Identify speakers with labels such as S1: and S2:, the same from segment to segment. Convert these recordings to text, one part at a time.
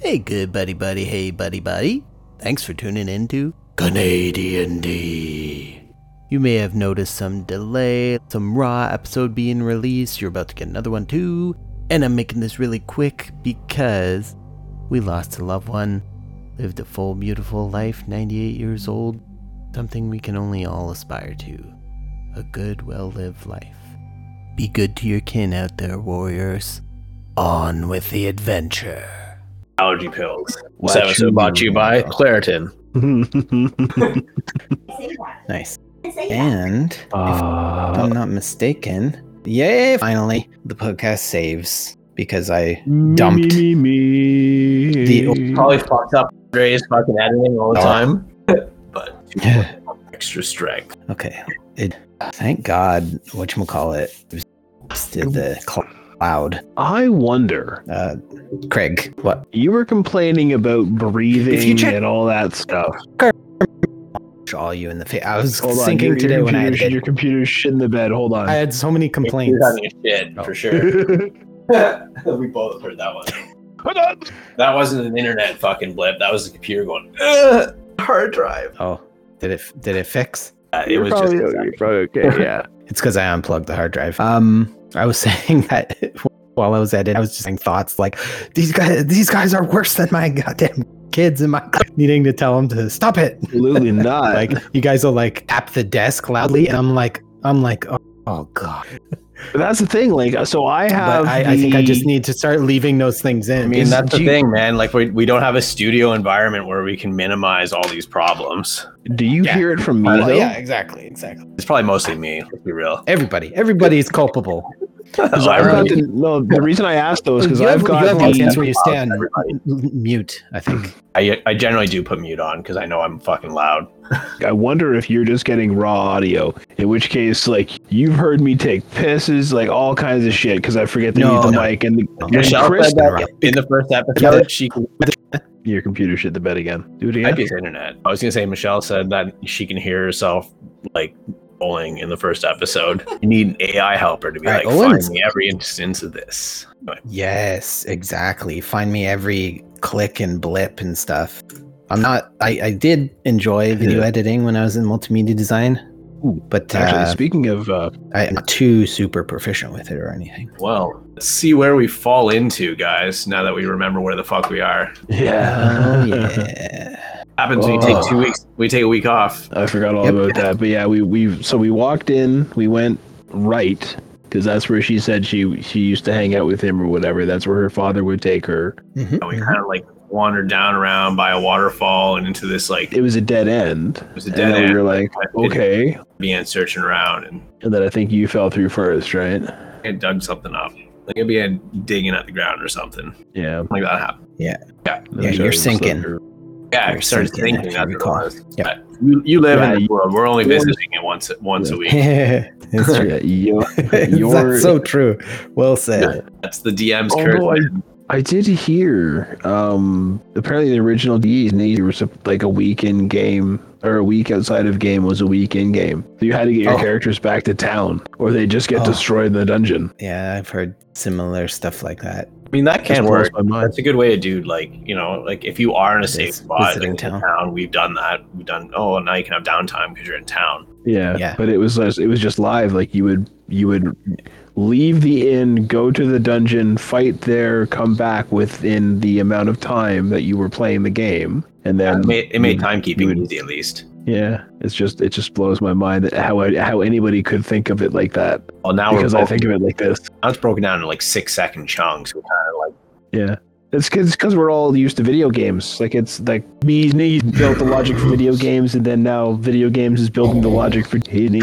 S1: Hey, good buddy, buddy. Hey, buddy, buddy. Thanks for tuning in to Canadian D. You may have noticed some delay, some raw episode being released. You're about to get another one too. And I'm making this really quick because we lost a loved one, lived a full, beautiful life, 98 years old, something we can only all aspire to a good, well lived life. Be good to your kin out there, warriors. On with the adventure.
S2: allergy pills.
S3: What
S2: This episode
S3: you
S2: brought to you by
S3: know.
S2: Claritin.
S4: Nice.
S5: Yeah.
S4: And if
S3: Uh.
S4: I'm not mistaken, yay! Finally, the podcast saves because I dumped
S3: me, me, me.
S4: The-
S2: Probably fucked up Dre's fucking editing all the
S4: Oh.
S2: time. but extra strength.
S4: okay. It, thank God, what you call it, did the cloud.
S3: I wonder.
S4: Uh, Craig, what?
S3: You were complaining about breathing
S4: check-
S3: and all that stuff.
S4: All you in the face. I was
S3: Hold on,
S4: thinking
S3: your,
S4: today
S3: your
S4: when I
S3: computer's-
S4: had,
S3: your computer's shit in the bed. Hold on.
S4: I had so many complaints.
S2: You're having a shit for sure. Oh. we both heard that one.
S3: Hold on.
S2: That wasn't an internet fucking blip. That was the computer going "Ugh, hard drive.
S4: Oh, did it? Did it fix?
S2: Uh, it
S3: You're
S2: was
S3: probably,
S2: just
S3: you're probably okay. Yeah.
S4: It's because I unplugged the hard drive. Um, I was saying that while I was at it, I was just saying thoughts like these guys. These guys are worse than my goddamn kids and my needing to tell them to stop it.
S3: Absolutely not.
S4: Like you guys will like tap the desk loudly, and I'm like, I'm like, oh, oh god.
S3: But that's the thing. Like, so I have.
S4: But I, I think I just
S3: the-
S4: need to start leaving those things in.
S2: I mean, that's the
S4: Gee,
S2: thing, man. Like, we, we don't have a studio environment where we can minimize all these problems.
S3: Do you
S4: Yeah.
S3: hear it from me
S4: Well,
S3: though?
S4: yeah, exactly, exactly.
S2: It's probably mostly me, let's be real.
S4: Everybody, everybody is culpable.
S3: So I've
S2: Everybody-
S3: got the, no, the reason I asked though is because
S4: You have-
S3: I've got
S4: you have
S3: the,
S4: options where you stand.
S2: Everybody.
S4: Mute, I think.
S2: I, I generally do put mute on because I know I'm fucking loud.
S3: I wonder if you're just getting raw audio, in which case, like, you've heard me take pisses, like, all kinds of shit, because I forget to
S4: No,
S3: mute the
S4: no.
S3: mic and the, when
S2: Michelle
S3: Chris-
S2: said that in the first episode. she can,
S3: your computer shit the bed again. Do it
S2: might
S3: again.
S2: be his internet. I was gonna say Michelle said that she can hear herself like bowling in the first episode. You need an AI helper to be
S4: All right,
S2: like,
S4: Owen's-
S2: find me every instance of this. Like,
S4: Yes, exactly. Find me every click and blip and stuff. I'm not. I, I did enjoy video
S3: Yeah.
S4: editing when I was in multimedia design,
S3: Ooh,
S4: but
S3: Actually,
S4: uh,
S3: speaking of, uh,
S4: I'm not too super proficient with it or anything.
S3: Oh,
S2: well, let's see where we fall into, guys. Now that we remember where the fuck we are,
S4: Oh
S3: yeah.
S4: yeah.
S2: happens when you take
S3: Oh.
S2: two weeks. We take a week off.
S3: I forgot all
S4: Yep.
S3: about that. But yeah, we, we, so we walked in, we went right, because that's where she said she, she used to hang out with him or whatever. That's where her father would take her.
S4: Mhm.
S2: And we
S3: Mm-hmm.
S2: kind of like wandered down around by a waterfall and into this like it
S3: It was a dead end.
S2: was a
S3: and
S2: dead
S3: then
S2: end.
S3: we were like, okay.
S2: began searching around and
S3: And then I think you fell through first, right?
S2: it dug something up. Like it began digging at the ground or something.
S3: Yeah.
S2: Like that happened.
S4: Yeah, you're sinking.
S2: Yeah,
S4: You're
S2: I started
S4: sinking,
S2: thinking
S4: if I
S2: that's
S4: recall.
S2: what it was.
S4: Yep.
S2: But You, you live
S3: Yeah,
S2: in
S3: you-
S2: this world. We're only
S3: you-
S2: visiting it once once a week.
S4: it's true.
S3: Yeah, you're- you're-
S4: That's so true. Well said.
S2: That's the DM's curse.
S3: Although I, I did hear, um, apparently the original D's and A's were sup- like a weekend game or a week outside of game was a weekend game. You had to get your
S4: Oh.
S3: characters back to town, or they just get
S4: Oh.
S3: destroyed in the dungeon.
S4: Yeah, I've heard similar stuff like that.
S2: I mean, that
S3: Just
S2: can
S3: blows
S2: work.
S3: my mind.
S2: That's a good way to do like you know like if you are in a
S4: Vis-
S2: safe spot like
S4: visiting
S2: in
S4: town.
S2: town. we've done that we've done oh now you can have downtime because you're in town
S3: Yeah,
S4: Yeah.
S3: But it was just, it was just live. Like you would you would leave the inn, go to the dungeon, fight there, come back within the amount of time that you were playing the game, and then
S2: it made, it made timekeeping
S3: would-
S2: easy at least
S3: Yeah, it's just it just blows my mind that how I, how anybody could think of it like that
S2: well now
S3: because
S2: we're
S3: I
S2: broken,
S3: think of it like this.
S2: now it's broken down into like six second chunks we're kind of like
S3: Yeah, it's because we're all used to video games. Like it's like me and he built the logic for video games, and then now video games is building the logic for Disney.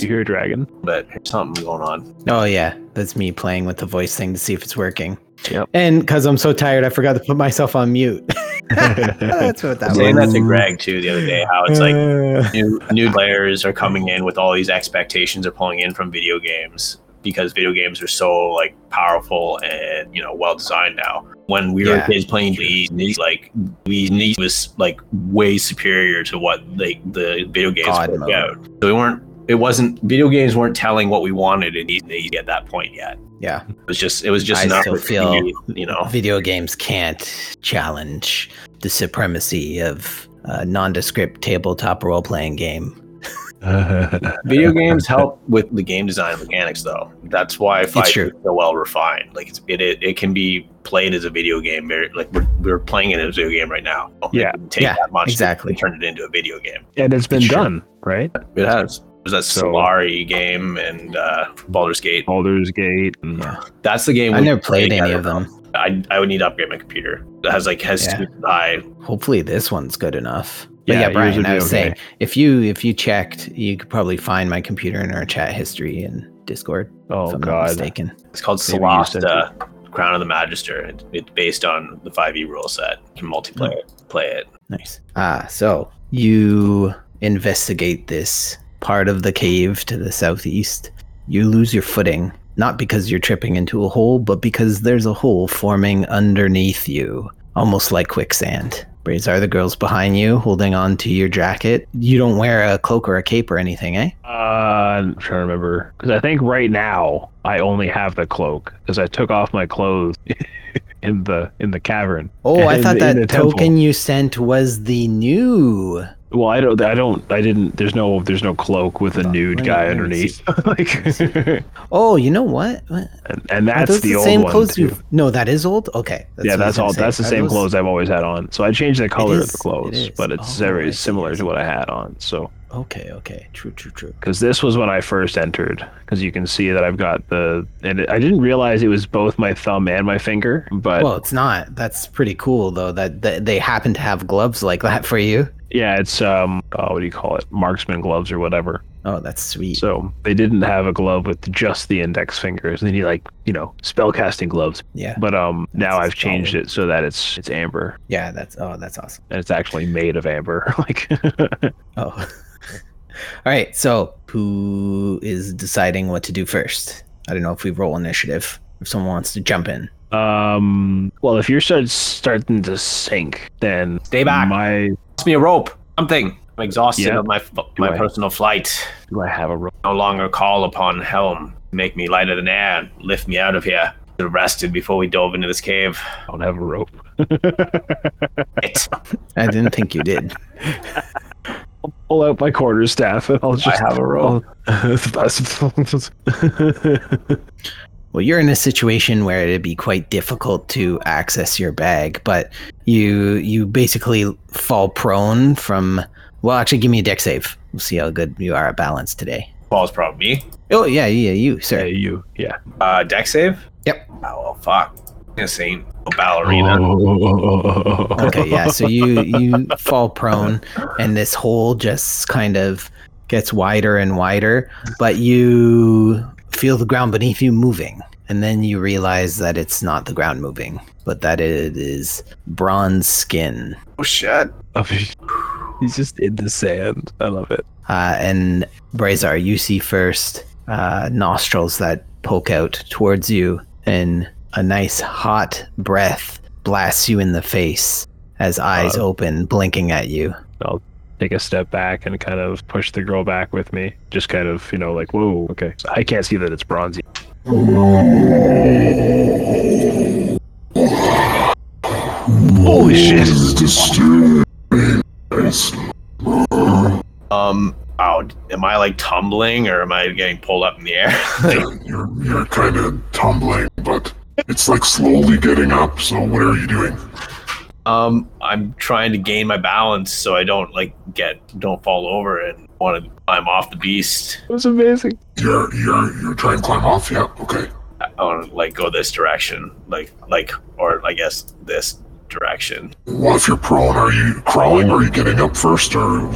S3: You hear a dragon?
S2: but there's something going on
S4: Oh yeah, that's me playing with the voice thing to see if it's working.
S3: Yep.
S4: And because I'm so tired, I forgot to put myself on mute. that's what
S2: I'm
S4: that was.
S2: saying that to Greg too the other day how it's like
S4: Uh,
S2: new new players are coming in with all these expectations they're pulling in from video games because video games are so like powerful and you know well designed now. When we
S4: Yeah,
S2: were kids playing these, like these was like way superior to what like the video games
S4: God
S2: put
S4: mode.
S2: out. So we weren't it wasn't video games weren't telling what we wanted in easy at that point yet.
S6: Yeah.
S2: It was just it was just
S4: I
S2: enough.
S4: still feel-
S2: you know
S4: Video games can't challenge the supremacy of a nondescript tabletop role playing game.
S2: video games help with the game design mechanics though. That's why Fight
S4: true.
S2: is so well refined. Like it's, it, it it can be played as a video game. Very like we're, we're playing it as a video game right now.
S3: Yeah.
S2: It didn't take
S6: Yeah,
S2: that much
S6: exactly.
S2: to turn it into a video game.
S3: and it's been
S4: Sure.
S3: done, right?
S2: It has. It was that
S3: So-
S2: Solari game and uh, Baldur's Gate.
S3: Baldur's Gate. And,
S2: That's the game.
S4: I
S2: we
S4: never played any
S2: together.
S4: of them.
S2: I, I would need to upgrade my computer. That has like has
S4: Yeah.
S2: too high
S4: Hopefully this one's good enough. But
S3: Yeah,
S4: yeah,
S3: yours
S4: Brian,
S3: would be
S4: I was
S3: okay.
S4: saying if you if you checked, you could probably find my computer in our chat history and Discord,
S3: oh
S4: if I'm not
S3: God,
S4: mistaken.
S2: It's called
S3: Maybe you
S2: Sloth,
S3: said
S2: uh, Crown of the Magister. It, it's based on the 5e rule set. You can multiplayer it,
S4: Hmm.
S2: play it.
S4: Nice. Ah, so you investigate this part of the cave to the southeast. You lose your footing, not because you're tripping into a hole, but because there's a hole forming underneath you, almost like quicksand. Brazar, the girl's behind you, holding on to your jacket. You don't wear a cloak or a cape or anything, eh?
S3: uh, I'm trying to remember because I think right now I only have the cloak because I took off my clothes in the in the cavern.
S4: Oh, I
S3: In
S4: thought
S3: the- in
S4: that
S3: the temple.
S4: token you sent was the new.
S3: Well, I don't, I don't, I didn't. There's no, there's no cloak with a
S4: Hold on,
S3: nude
S4: let me-
S3: guy
S4: let me
S3: underneath. like, and,
S4: Oh, you know what? what?
S3: and
S4: Are
S3: that's
S4: those
S3: the, old
S4: same
S3: one.
S4: clothes
S3: too.
S4: you've. No, that is old? Okay.
S3: yeah,
S4: what I was
S3: that's
S4: gonna
S3: all.
S4: say.
S3: That's the
S4: Are
S3: same
S4: those-
S3: clothes I've always had on. So I changed the color
S4: is,
S3: of the
S4: it
S3: clothes,
S4: is.
S3: but it's
S4: Oh, I
S3: very
S4: see,
S3: similar
S4: I
S3: to what I had on. So
S4: Okay, okay. True, true, true.
S3: because this was when I first entered. Because you can see that I've got the, and I didn't realize it was both my thumb and my finger. But
S4: Well, it's not. That's pretty cool though that, that they happen to have gloves like that for you.
S3: yeah, it's um, oh, what do you call it? Marksman gloves or whatever.
S4: Oh, that's sweet.
S3: So they didn't have a glove with just the index fingers. They need like you know spellcasting gloves.
S4: yeah.
S3: But um, now
S4: That's
S3: I've changed
S4: solid.
S3: it so that it's it's amber
S4: Yeah, that's oh, that's awesome.
S3: and it's actually made of amber. like
S4: Oh. All right. So, who is deciding what to do first? I don't know if we roll initiative. If someone wants to jump in.
S3: Um. Well, if you're start, starting to sink, then
S2: Stay back.
S3: My
S2: Toss me a rope. Something. I'm exhausted
S3: Yeah.
S2: of my f- my
S3: I-
S2: personal flight.
S3: do I have a rope?
S2: No longer call upon helm. Make me lighter than air. and Lift me out of here. Should have rested before we dove into this cave.
S3: I don't have a rope.
S2: It.
S4: I didn't think you did.
S3: Pull out my quarter staff and I'll just
S2: have a rope.
S4: Well, you're in a situation where it'd be quite difficult to access your bag, but you you basically fall prone from. Well, actually, give me a deck save. We'll see how good you are at balance today.
S2: Falls problem. Me.
S4: Oh yeah, yeah, you
S3: yeah,
S4: sir.
S3: you. Yeah.
S2: Uh, deck save.
S4: Yep.
S2: Oh well, fuck. This ain't a ballerina.
S4: Okay, yeah. So you you fall prone, and this hole just kind of gets wider and wider. But you feel the ground beneath you moving, and then you realize that it's not the ground moving, but that it is bronze skin.
S2: Oh shit.
S3: He's just in the sand. I love it.
S4: Uh, and Brazar, you see first uh, nostrils that poke out towards you, and a nice hot breath blasts you in the face as eyes open, blinking at you.
S3: Take a step back and kind of push the girl back with me. Just kind of, you know, like, whoa, okay. So I can't see that it's bronzy. Holy shit.
S2: Um. Oh, am I like tumbling or am I getting pulled up in the air? Like,
S7: You're, you're kind of tumbling, but it's like slowly getting up. So what are you doing?
S2: Um, I'm trying to gain my balance so I don't like get don't fall over and want to climb off the beast.
S3: It was amazing.
S7: You're you're you're trying to climb off. Yeah. Okay.
S2: I want to like go this direction, like like or I guess this direction.
S7: Well, if you're prone, are you crawling? Are you getting up first? Or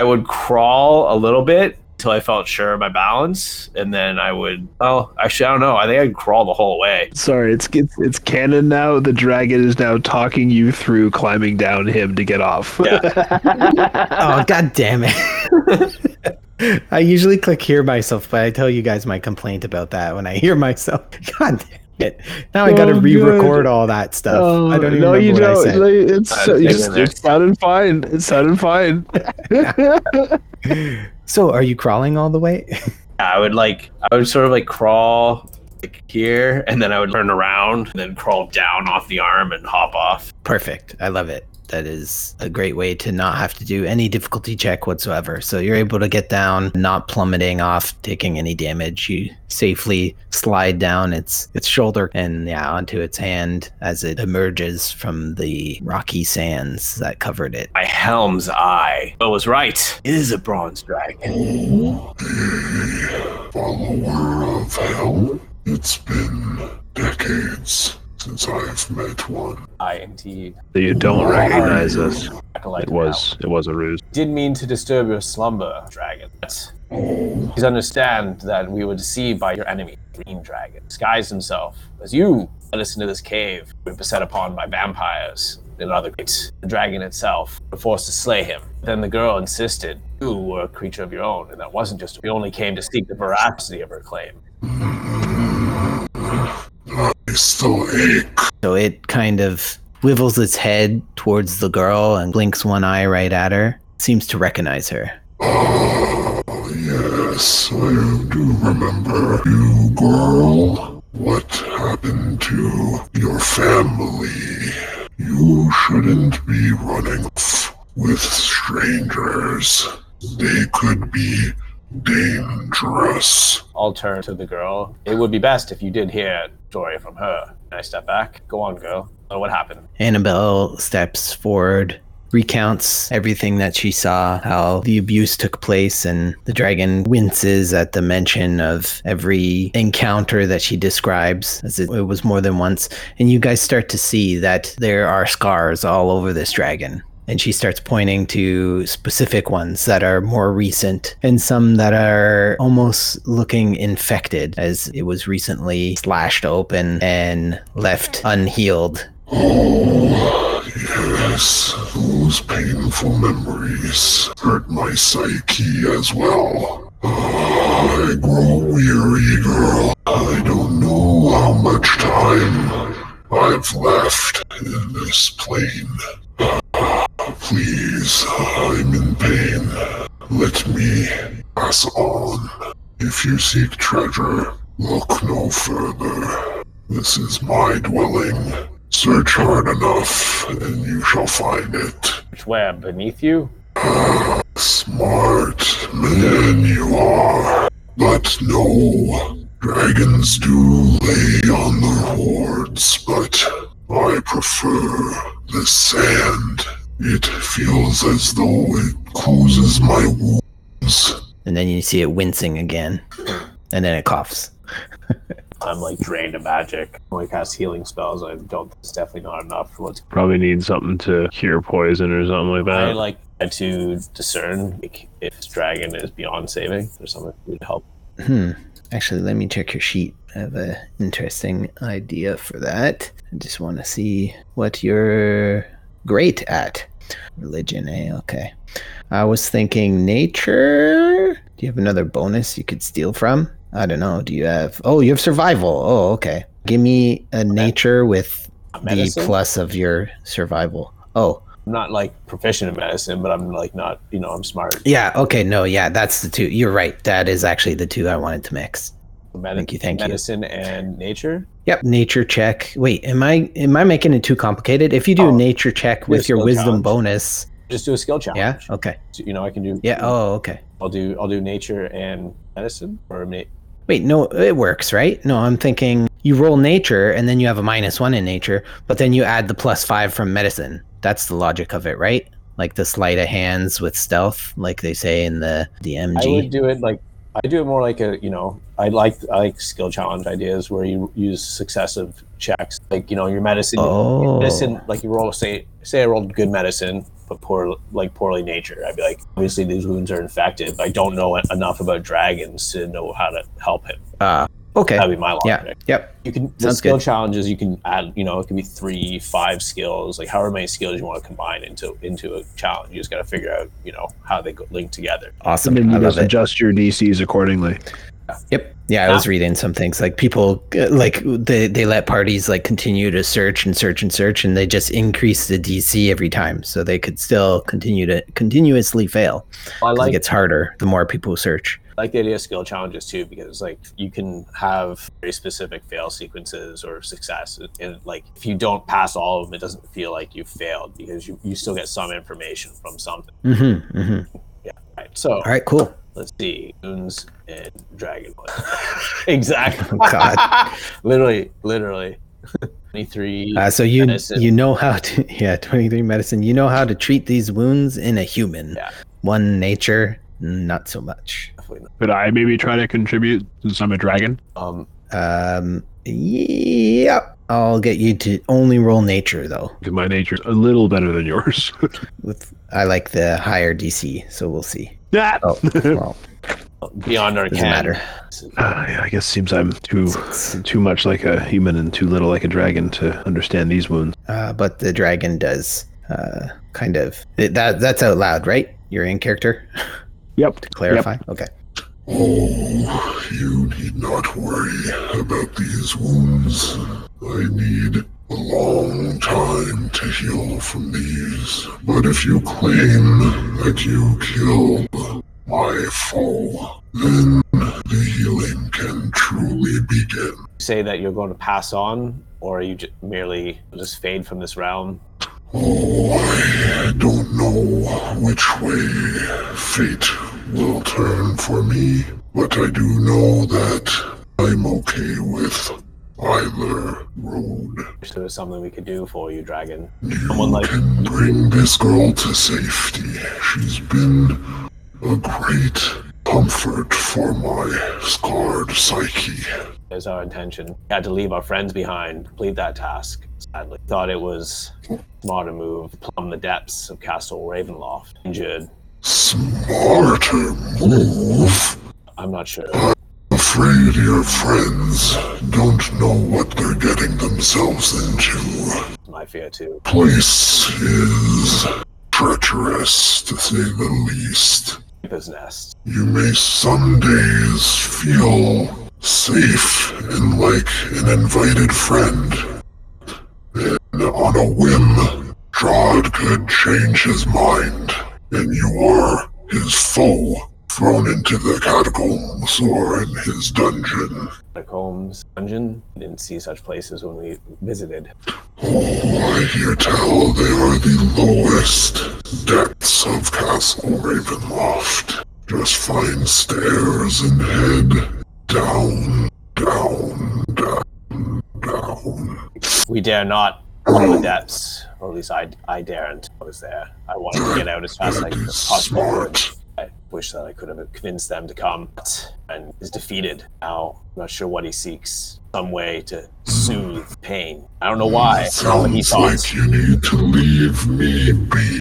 S2: I would crawl a little bit until I felt sure of my balance, and then I would. Oh, actually, I don't know. I think I'd crawl the whole way.
S3: Sorry, it's, it's it's canon now. The dragon is now talking you through climbing down him to get off.
S6: oh god damn it i usually click hear myself but i tell you guys my complaint about that when i hear myself god damn it now i gotta
S3: Oh,
S6: re-record
S3: good.
S6: all that stuff
S4: Oh,
S6: i don't even
S3: Oh, no,
S6: know
S3: you
S6: what
S3: don't.
S6: i said
S3: Like, it's
S2: I
S3: so, you
S2: think
S3: just,
S2: in there.
S3: it sounded fine. It sounded fine.
S4: So are you crawling all the way?
S2: I would like I would sort of like crawl like here and then I would turn around and then crawl down off the arm and hop off.
S4: Perfect. I love it. That is a great way to not have to do any difficulty check whatsoever. So you're able to get down, not plummeting off, taking any damage. You safely slide down its its shoulder and yeah, onto its hand as it emerges from the rocky sands that covered it.
S2: My helm's eye. I was right. It is a bronze dragon.
S7: Oh, the follower of hell? It's been decades since I've met one.
S2: I indeed
S3: That you don't recognize us.
S2: recollect
S3: It was it was a ruse.
S2: now. Did mean to disturb your slumber, dragon. But
S7: Oh,
S2: please understand that we were deceived by your enemy, Green Dragon. Disguised himself as you led us into this cave. We were beset upon by vampires and other greats. The dragon itself were forced to slay him. Then the girl insisted you were a creature of your own, and that wasn't just we only came to seek the veracity of her claim.
S7: I still ache.
S4: So it kind of wivels its head towards the girl and blinks one eye right at her. Seems to recognize her.
S7: Oh, yes, I do remember. You, girl, what happened to your family? You shouldn't be running off with strangers. They could be dangerous.
S2: I'll turn to the girl. It would be best if you did hear a story from her. And I step back. Go on, girl. Oh, what happened?
S4: Annabelle steps forward, recounts everything that she saw, how the abuse took place, and the dragon winces at the mention of every encounter that she describes, as it, it was more than once. And you guys start to see that there are scars all over this dragon. And she starts pointing to specific ones that are more recent and some that are almost looking infected, as it was recently slashed open and left unhealed
S7: Oh, yes, those painful memories hurt my psyche as well. Ah, I grow weary, girl. I don't know how much time I've left in this plane. Ah, Please, I'm in pain. Let me pass on. If you seek treasure, look no further. This is my dwelling. Search hard enough, and you shall find it.
S2: Which were beneath you?
S7: Smart man you are. But no, dragons do lay on the hordes, but I prefer the sand. It feels as though it closes my wounds.
S4: And then you see it wincing again. And then it coughs.
S2: I'm like drained of magic. When I cast healing spells, I don't. It's definitely not enough for what's.
S3: Probably need something to cure poison or something like
S2: I
S3: that.
S2: like to discern like, if this dragon is beyond saving or something to help.
S4: Hmm. Actually, let me check your sheet. I have an interesting idea for that. I just want to see what you're great at. Religion, eh? Okay. I was thinking nature. Do you have another bonus you could steal from? I don't know. Do you have. Oh, you have survival. Oh, okay. Give me a nature with
S2: Medicine.
S4: the plus of your survival. Oh,
S2: I'm not like proficient in medicine, but I'm like not. You know, I'm smart.
S4: yeah. Okay. No, yeah. That's the two. You're right. That is actually the two I wanted to mix.
S2: Medi-
S4: Thank you, thank you.
S2: medicine and nature.
S4: Yep, nature check. Wait, am I am I making it too complicated? If you do
S2: Oh,
S4: a nature check with your
S2: skill
S4: wisdom
S2: challenge.
S4: bonus,
S2: Just do a skill
S4: yeah,
S2: challenge.
S4: okay,
S2: You know, I can do.
S4: yeah. Oh, okay.
S2: I'll do. I'll do nature and medicine or na-
S4: Wait, no, it works, right? No, I'm thinking you roll nature and then you have a minus one in nature, but then you add the plus five from medicine. That's the logic of it, right? Like the sleight of hands with stealth, like they say in the the
S2: I would
S4: MG.
S2: do it like I do it more like a you know I like I like skill challenge ideas where you use successive checks like you know your medicine
S4: Oh,
S2: medicine like you roll say say I rolled good medicine but poor like poorly nature I'd be like obviously these wounds are infected but I don't know enough about dragons to know how to help him
S4: uh, okay.
S2: that'd be my logic
S4: Yeah. Yep.
S2: you can the
S4: Sounds
S2: skill
S4: good.
S2: challenges you can add you know it can be three five skills like however many skills you want to combine into into a challenge you just got to figure out you know how they go, link together
S4: Awesome.
S3: And then
S4: I
S3: you
S4: love
S3: just
S4: it.
S3: adjust your DCs accordingly.
S4: Yep. Yeah, I
S2: Ah.
S4: was reading some things like people uh, like they they let parties like continue to search and search and search, and they just increase the DC every time, so they could still continue to continuously fail.
S2: I
S4: 'Cause it
S2: like
S4: gets harder the more people search.
S2: like the idea of skill challenges too, because like you can have very specific fail sequences or success, and like if you don't pass all of them, it doesn't feel like you failed because you, you still get some information from something.
S4: hmm hmm
S2: Right. So
S4: All right, cool.
S2: let's see, goons and dragon. exactly.
S4: Oh, God.
S2: literally, literally. Twenty three.
S4: Uh, so you
S2: Medicine.
S4: you know how to yeah twenty three medicine. You know how to treat these wounds in a human.
S2: Yeah.
S4: One nature, not so much.
S3: Could I maybe try to contribute since I'm a dragon?
S2: Um,
S4: Um. Yep. I'll get you to only roll nature though.
S3: 'Cause my nature's a little better than yours.
S4: With I like the higher DC, so we'll see.
S3: that.
S4: Oh, well,
S2: beyond our
S4: doesn't matter.
S3: Uh, yeah, I guess seems I'm too
S4: Six.
S3: too much like a human and too little like a dragon to understand these wounds.
S4: Uh, but the dragon does uh, kind of th- that. That's out loud, right? You're in character.
S3: Yep.
S4: Clarify. Okay.
S7: Oh, you need not worry about these wounds. I need a long time to heal from these. But if you claim that you killed my foe, then the healing can truly begin.
S2: Say that you're going to pass on, or are you ju- merely just fade from this realm?
S7: Oh, I don't know which way fate will turn for me, but I do know that I'm okay with either road.
S2: If there was something we could do for you, dragon.
S7: You
S2: Someone like-
S7: can bring this girl to safety. She's been a great comfort for my scarred psyche.
S2: is our intention. We had to leave our friends behind, complete that task. Sadly, thought it was smarter move to plumb the depths of Castle Ravenloft. Injured,
S7: Smarter move.
S2: I'm not sure.
S7: Afraid your friends don't know what they're getting themselves into.
S2: My fear too.
S7: place is treacherous, to say the least.
S2: Reaper's nest.
S7: You may some days feel safe and like an invited friend. And on a whim, Jod could change his mind, and you are his foe, thrown into the catacombs or in his dungeon.
S2: Catacombs dungeon. Didn't see such places when we visited.
S7: Oh, I hear tell they are the lowest depths of Castle Ravenloft. Just find stairs and head down, down, down, down.
S2: We dare not plumb the depths, or at least I, I daren't. I was there. I wanted to get out as fast as I
S7: That
S2: could
S7: is
S2: possibly.
S7: smart.
S2: I wish that I could have convinced them to come, and is defeated. Now, I'm not sure what he seeks. Some way to soothe pain. I don't know why. but he
S7: Sounds
S2: thought
S7: like you need to leave me be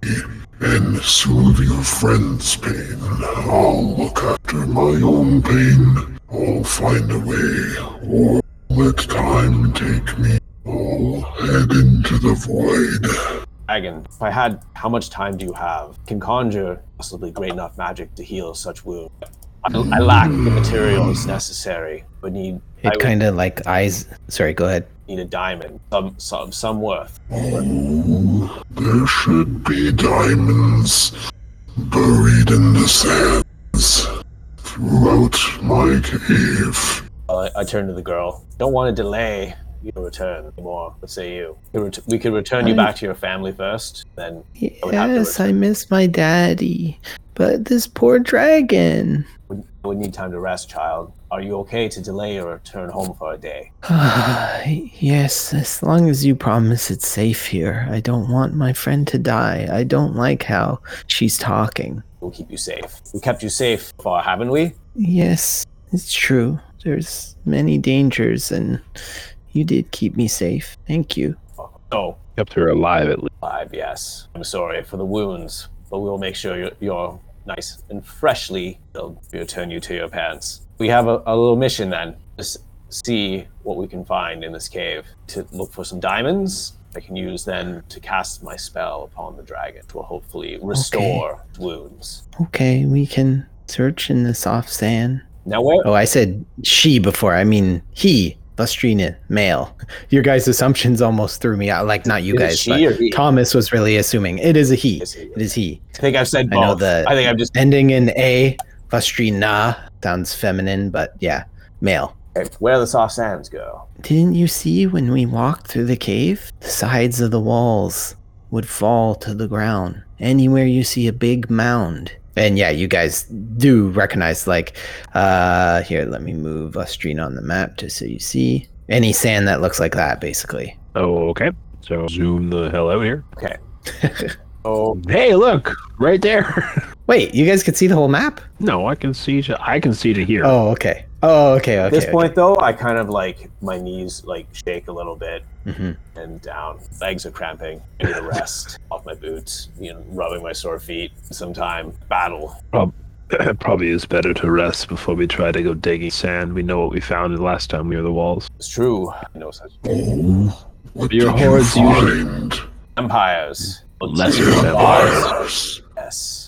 S7: and soothe your friend's pain. I'll look after my own pain. I'll find a way, or let time take me. I'll head into the void.
S2: Dragon, if I had, how much time do you have? Can conjure possibly great enough magic to heal such wound. I, I lack the materials necessary. Would need. I
S4: It
S2: would
S4: kind of like eyes. Sorry. Go ahead.
S2: need a diamond, some some some worth.
S7: Oh, there should be diamonds buried in the sands throughout my cave.
S2: I, I turn to the girl. Don't want to delay your return anymore. What say you? We could ret- We could return you back to your family first, then would have to
S4: Yes, I miss my daddy, but this poor dragon.
S2: would, would need time to rest, child. Are you okay to delay your return home for a day?
S4: yes, as long as you promise it's safe here. I don't want my friend to die. I don't like how she's talking.
S2: We'll keep you safe. We kept you safe so far, haven't we?
S4: Yes, it's true. There's many dangers, and you did keep me safe. Thank you.
S2: So,
S3: Kept her alive at least.
S2: five, yes. I'm sorry for the wounds, but we will make sure you're, you're nice and freshly healed. We return you to your parents. We have a, a little mission then. Just see what we can find in this cave to look for some diamonds. I can use then to cast my spell upon the dragon, which will hopefully restore wounds.
S4: Okay, we can search in the soft sand.
S2: Now where?
S4: Oh, I said she before. I mean he. Lustrina, male. Your guys' assumptions almost threw me out. Like not you
S2: Is it
S4: guys,
S2: she
S4: but
S2: or he?
S4: Thomas was really assuming it is a he.
S2: Is he?
S4: It is he.
S2: I think I've said
S4: I know
S2: both.
S4: the-
S2: I think I'm just
S4: Ending in a Lustrina sounds feminine, but yeah, male.
S2: okay, where the soft sands go.
S4: Didn't you see when we walked through the cave? The sides of the walls would fall to the ground. Anywhere you see a big mound. And yeah, you guys do recognize like uh here, let me move Lustrina on the map just so you see. Any sand that looks like that, basically.
S3: Oh, okay. So zoom the hell out here.
S2: Oh,
S3: Hey, look, right there.
S4: Wait, you guys could see the whole map?
S3: no, I can see. To, I can see to here.
S4: Oh, okay. Oh, okay,
S2: at
S4: okay.
S2: this point though, I kind of like my knees like shake a little bit
S4: hmm
S2: and down. Legs are cramping. I need a rest. Off my boots. You know, rubbing my sore feet. Sometime battle.
S3: It probably is better to rest before we try to go digging sand. We know what we found the last time near the walls.
S2: It's true. No such
S7: Oh, what
S3: Your
S7: did
S3: horde's
S7: you
S3: usually-
S7: find?
S2: vampires.
S3: Lesser vampires.
S7: Vampires.
S2: Yes.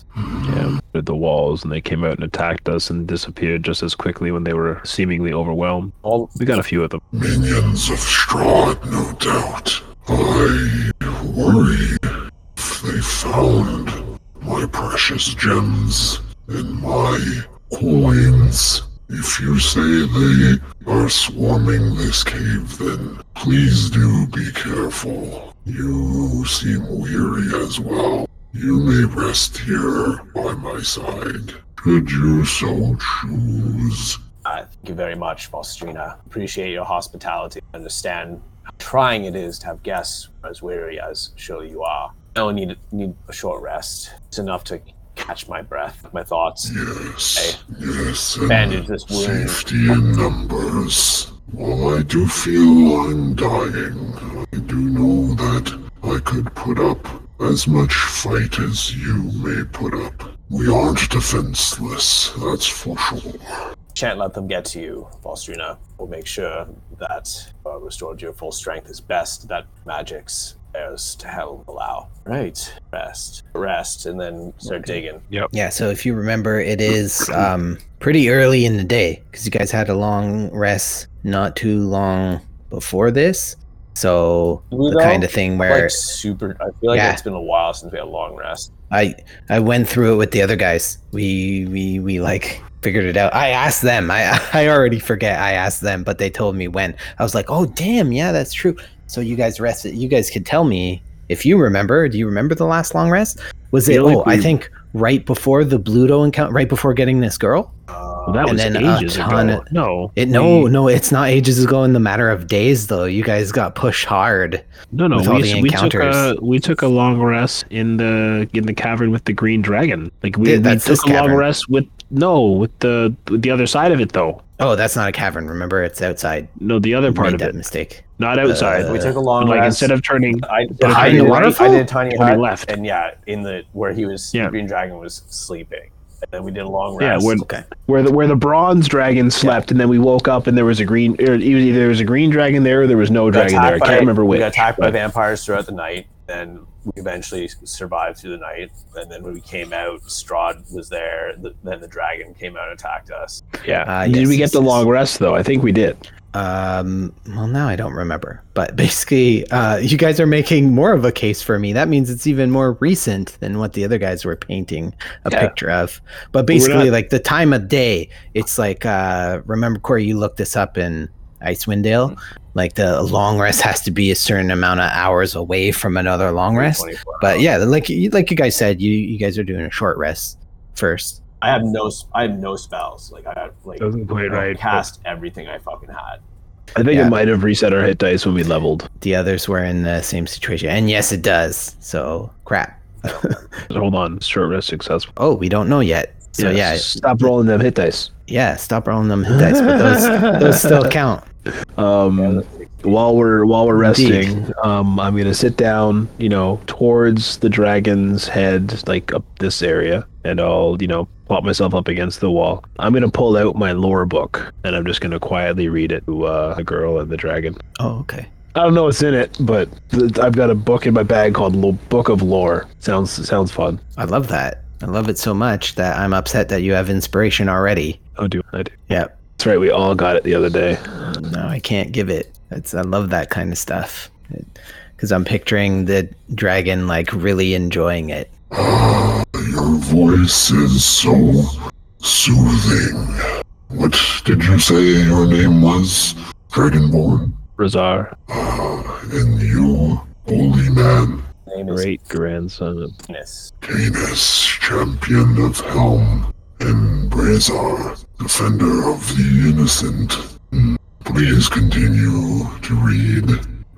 S3: Yeah, at the walls, and they came out and attacked us and disappeared just as quickly when they were seemingly overwhelmed.
S2: All
S3: We got a few of them.
S4: Uh,
S7: Minions of Strahd, no doubt. I worry if they found my precious gems and my coins. If you say they are swarming this cave, then please do be careful. You seem weary as well. You may rest here by my side. Could you so choose?
S2: Uh, thank you very much, Faustina. Appreciate your hospitality. Understand how trying it is to have guests as weary as surely you are. I need need a short rest. It's enough to catch my breath, my thoughts,
S7: Yes. Yes. and-
S2: bandage this wound.
S7: Safety in numbers. While I do feel I'm dying, I do know that I could put up as much fight as you may put up. We aren't defenseless, that's for sure.
S2: Can't let them get to you, Faustina. We'll make sure that you are restored to your full strength as best that magic's heirs to hell allow. Right. Rest. Rest, and then start digging.
S4: Yeah, so if you remember, it is um, pretty early in the day because you guys had a long rest not too long before this. So
S2: You know,
S4: the kind of thing where
S2: Like super. I feel like
S4: Yeah.
S2: it's been a while since we had a long rest.
S4: I I went through it with the other guys. We we we like figured it out. I asked them. I I already forget. I asked them, but they told me when. I was like, oh damn, yeah, that's true. So you guys rested. You guys could tell me if you remember. Do you remember the last long rest? Was it?
S3: Feel like
S4: oh, I
S3: we-
S4: think right before the Bluto encounter, right before getting this girl.
S3: Well, that
S4: And
S3: was
S4: then a
S3: ages
S4: ton
S3: ago.
S4: of-
S3: No,
S4: It no
S3: we-
S4: no, it's not ages ago. In the matter of days, though, you guys got pushed hard.
S3: no, no.
S4: with all
S3: We,
S4: the
S3: we took a
S4: encounters.
S3: we took a long rest in the in the cavern with the green dragon. Like we,
S4: Yeah,
S3: we
S4: that's
S3: took
S4: this
S3: a long
S4: cavern.
S3: rest with no with the with the other side of it though.
S4: Oh, that's not a cavern. Remember, it's outside.
S3: No, the other part
S4: Made
S3: of
S4: that
S3: it,
S4: mistake.
S3: not outside.
S4: Uh,
S2: we took a long
S3: like
S2: rest.
S3: instead of turning
S2: I,
S3: Behind
S2: I did
S3: the
S2: a-
S4: waterfall?
S2: I did a tiny
S3: when we
S2: hut,
S3: left.
S2: and yeah, in the where he was,
S3: Yeah.
S2: Green Dragon was sleeping, and then we did a long
S3: Yeah,
S2: rest.
S3: when-
S4: Okay.
S8: where the where the bronze dragon slept, and then we woke up, and there was a green. Or it was either there was a green dragon there, or there was no
S2: We got
S8: dragon there. I
S2: attacked by-
S8: can't remember
S2: We
S8: which.
S2: got attacked by
S8: but-
S2: vampires throughout the night, and we eventually survived through the night. And then when we came out, Strahd was there. The, then the dragon came out and attacked us.
S3: yeah.
S4: Uh,
S8: did
S4: yes,
S8: we get
S4: yes,
S8: the
S4: yes.
S8: long rest though? I think we did.
S4: Um, well, now I don't remember, but basically, uh, you guys are making more of a case for me. That means it's even more recent than what the other guys were painting a
S3: Yeah.
S4: picture of. But
S3: we're
S4: basically,
S3: not-
S4: like the time of day, it's like, uh, remember, Corey, you looked this up in Icewind Dale.
S3: Mm-hmm.
S4: Like the long rest has to be a certain amount of hours away from another long rest.
S2: 24
S4: But
S2: hours.
S4: yeah, like you- like you guys said, you you guys are doing a short rest first.
S2: I have no, s- I have no spells. Like I had, like
S3: Doesn't play
S2: I
S3: right.
S2: Oh, cast everything I fucking had.
S8: I think
S4: Yeah.
S8: it might have reset our hit dice when we leveled.
S4: The others were in the same situation, and yes, it does. So crap.
S3: Hold on, short rest successful.
S4: Oh, we don't know yet. So yeah,
S8: stop rolling them hit dice.
S4: yeah, stop rolling them hit dice, but those those still count.
S8: Um, while we're while we're
S4: Indeed.
S8: resting, um, I'm gonna sit down, you know, towards the dragon's head, like up this area, and I'll, you know, plop myself up against the wall. I'm gonna pull out my lore book, and I'm just gonna quietly read it to uh, the girl and the dragon.
S4: Oh, okay.
S8: I don't know what's in it, but th- I've got a book in my bag called Lo- Book of Lore. Sounds sounds fun.
S4: I love that. I love it so much that I'm upset that you have inspiration already.
S3: Oh, do I do?
S4: Yep.
S8: That's right. We all got it the other day.
S4: No, I can't give it. It's, I love that kind of stuff. Because I'm picturing the dragon like really enjoying it.
S7: Your voice is so soothing. What did you say your name was? Dragonborn? Uh,
S3: Razar,
S7: And you, holy man,
S2: Name is
S3: great grandson of
S2: Venus.
S7: Canis, champion of Helm, and Brazar, defender of the innocent. Hmm. Please continue to read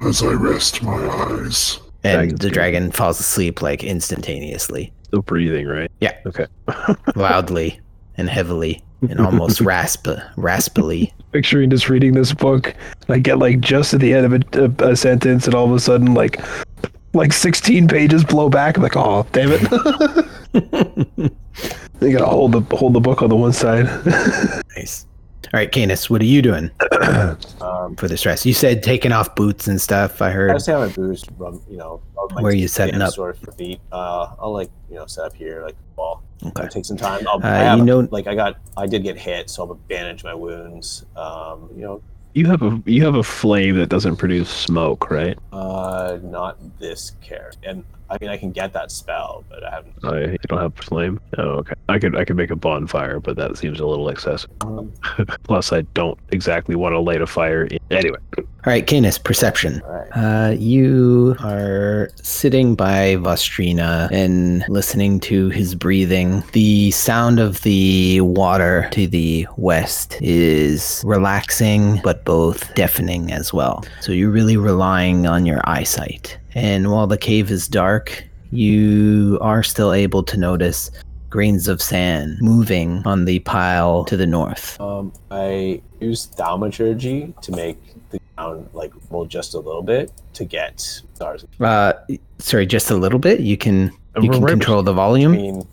S7: as I rest my eyes.
S4: And
S3: Dragon's
S4: the
S3: good.
S4: dragon falls asleep like instantaneously,
S3: still breathing, right?
S4: Yeah.
S3: Okay.
S4: loudly and heavily and almost rasp- raspily.
S3: Picturing just reading this book, and I get like just at the end of a, a, a sentence, and all of a sudden, like, like 16 pages blow back. I'm like, oh, damn it. They gotta hold the hold the book on the one side.
S4: Nice. All right, Canis, what are you doing
S2: Um,
S4: for the stress? You said taking off boots and stuff. I
S2: I
S4: heard.
S2: just have my boots, rub, you know, rub my
S4: Where are you setting
S2: damn
S4: up?
S2: Sore feet. Uh, I'll like, you know, set up here, like wall.
S4: Okay.
S2: Take some time. I'll,
S4: Uh,
S2: I have
S4: you
S2: a-
S4: know-
S2: like I got, I did get hit, so I'll bandage my wounds. Um, you know,
S3: You have a you have a flame that doesn't produce smoke, right?
S2: uh, not this care. And I mean, I can get that spell, but I haven't.
S3: I Oh, you don't have flame. Oh, okay. I could I could make a bonfire, but that seems a little excessive.
S4: Um,
S3: Plus, I don't exactly want to light a fire. In... Anyway,
S4: All right, Canis, perception.
S2: All right.
S4: Uh, you are sitting by Vostrina and listening to his breathing. The sound of the water to the west is relaxing, but both deafening as well. So you're really relying on your eyesight. And while the cave is dark, you are still able to notice grains of sand moving on the pile to the north.
S2: Um, I use thaumaturgy to make the ground like roll just a little bit to get stars.
S4: Uh, sorry, just a little bit. You can you
S3: We're
S4: can
S3: right-
S4: control the
S2: I
S4: volume.
S2: mean,